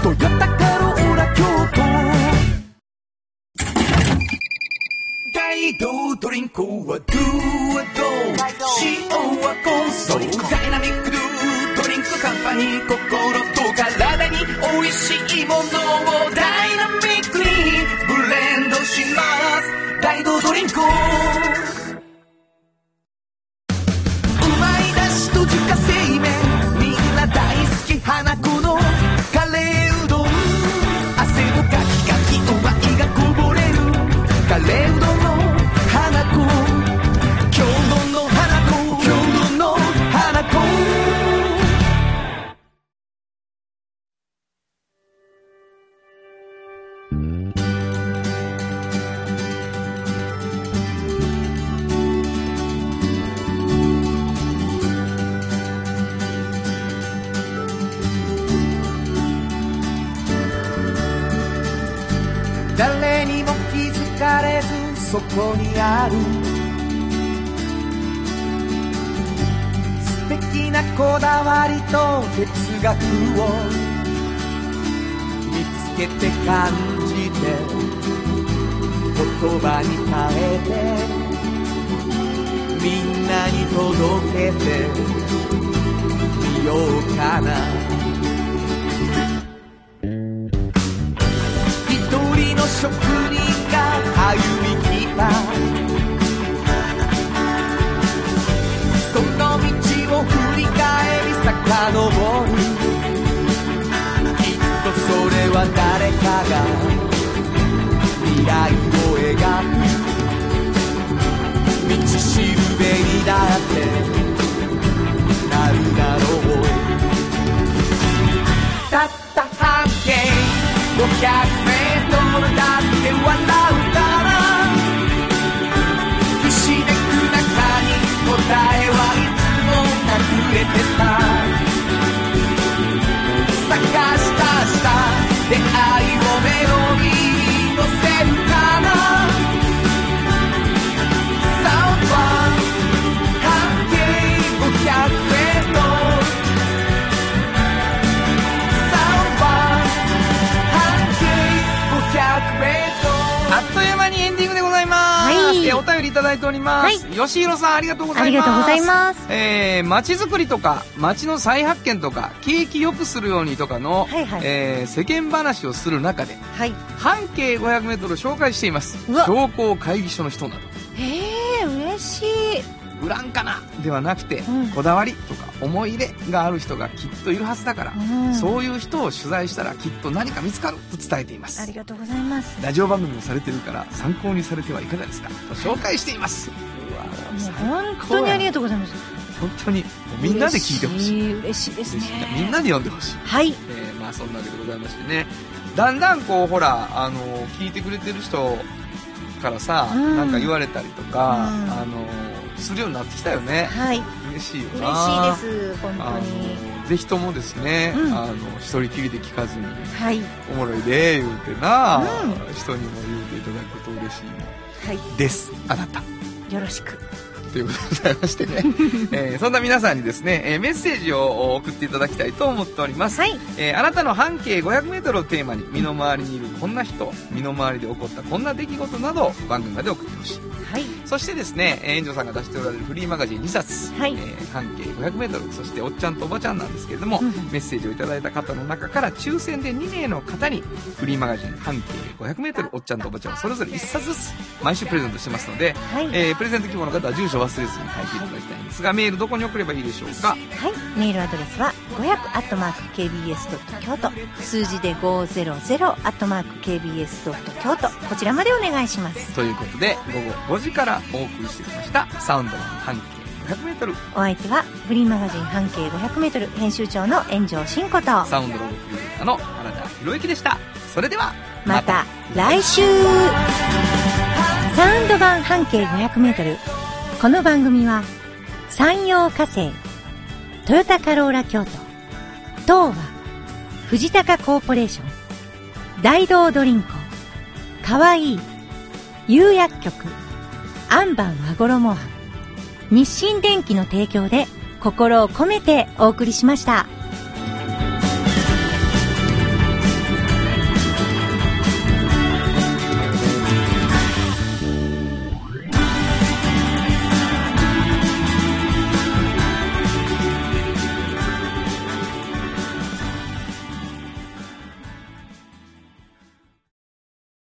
Speaker 4: トヨタカローラ京都大道ドリンクはドゥはドゥ塩はコンソリダイナミックドゥドリンクカンパニー心と体に美味しいものをダイナミックにブレンドします大道ドリンクをうまいだしと自家製麺みんな大好き花子のカレーうどん汗をかきかきうまいがこぼれるカレーうどんの花子京都の花子京都の花子誰にも気づかれずそこにある素敵なこだわりと哲学を見つけて感じて言葉に変えてみんなに届けてみようかな一人の職人が歩み来たその道を振り返り遡るきっとそれは誰かが未来を描く道しるべにだってなるだろうたった半径500メートル
Speaker 2: だいております。はい。吉弘さん、ありがとうございます。
Speaker 3: ありがとうございます。
Speaker 2: えー、街づくりとか街の再発見とか景気よくするようにとかの、
Speaker 5: はいはい
Speaker 2: えー世間話をする中で
Speaker 5: はい。
Speaker 2: 半径 500m 紹介しています
Speaker 5: うわ
Speaker 2: 商工会議所の人など
Speaker 5: へえ、嬉しい。
Speaker 2: 「ウランかな?」ではなくて、
Speaker 5: うん
Speaker 2: こだわりとか思い入れがある人がきっといるはずだから、
Speaker 5: うん
Speaker 2: そういう人を取材したらきっと何か見つかると伝えていま
Speaker 5: あ
Speaker 2: す
Speaker 5: りがとうございます。
Speaker 2: ラジオ番組もされてるから参考にされてはいかがですかと紹介していますうわ
Speaker 5: もう
Speaker 2: 最
Speaker 5: 本
Speaker 2: 高
Speaker 5: 当
Speaker 2: や
Speaker 5: にありがとうございます。
Speaker 2: 本当にもうみんなで聞いてほし
Speaker 5: 嬉
Speaker 2: い
Speaker 5: い。嬉しいですね。
Speaker 2: みんなで読んでほしい
Speaker 5: はい。
Speaker 2: えーまあそんなわけでございましてねだんだんこうほらあのー聞いてくれてる人からさ、
Speaker 5: うん
Speaker 2: なんか言われたりとか、
Speaker 5: うん
Speaker 2: あのーするようになってきたよね
Speaker 5: はい。
Speaker 2: 嬉しいよな
Speaker 5: 嬉しいです。本
Speaker 2: あ
Speaker 5: 当
Speaker 2: の
Speaker 5: に。
Speaker 2: ーぜひともですね、
Speaker 5: うん
Speaker 2: あの一人きりで聞かずに
Speaker 5: はい。
Speaker 2: おもろいで言うてな、
Speaker 5: う
Speaker 2: 人にも言うていただくと嬉しい
Speaker 5: は
Speaker 2: ですあなた
Speaker 5: い。よろしく。
Speaker 2: ということでござい
Speaker 5: (laughs)
Speaker 2: ましてね、えーそんな皆さんにですね、えーメッセージを送っていただきたいと思っております、
Speaker 5: はい。
Speaker 2: えーあなたの半径 500m をテーマに身の回りにいるこんな人身の回りで起こったこんな出来事などを番組まで送ってほしい
Speaker 5: はい。
Speaker 2: そしてですねえー園長さんが出しておられるフリーマガジン2冊、
Speaker 5: はい
Speaker 2: えー半径 500m そしておっちゃんとおばちゃんなんですけれども、
Speaker 5: うん
Speaker 2: メッセージをいただいた方の中から抽選で2名の方にフリーマガジン半径 500m おっちゃんとおばちゃんをそれぞれ1冊ずつ毎週プレゼントしてますので、
Speaker 5: はい。はい。
Speaker 2: えープレゼント希望の方は住所を忘れずに書いていただきたいんですがメールどこに送ればいいでしょうか
Speaker 5: メールアドレスは500アットマーク KBS ドット京都。数字で500アットマーク KBS ドット京都。こちらまでお願いします。
Speaker 2: ということで午後5時からお送りしてきましたサウンドマン半径 500m
Speaker 5: お相手はフリーマガジン半径500メートル編集長の炎上真子と。
Speaker 2: サウンドロゴクリエイターの原田博之でしたそれでは
Speaker 3: また来週サウンド版半径 500m この番組は山陽火星トヨタカローラ京都東和藤高コーポレーション大道ドリンクかわいい釉薬局アンバン和衣は日清電機の提供で心を込めてお送りしました。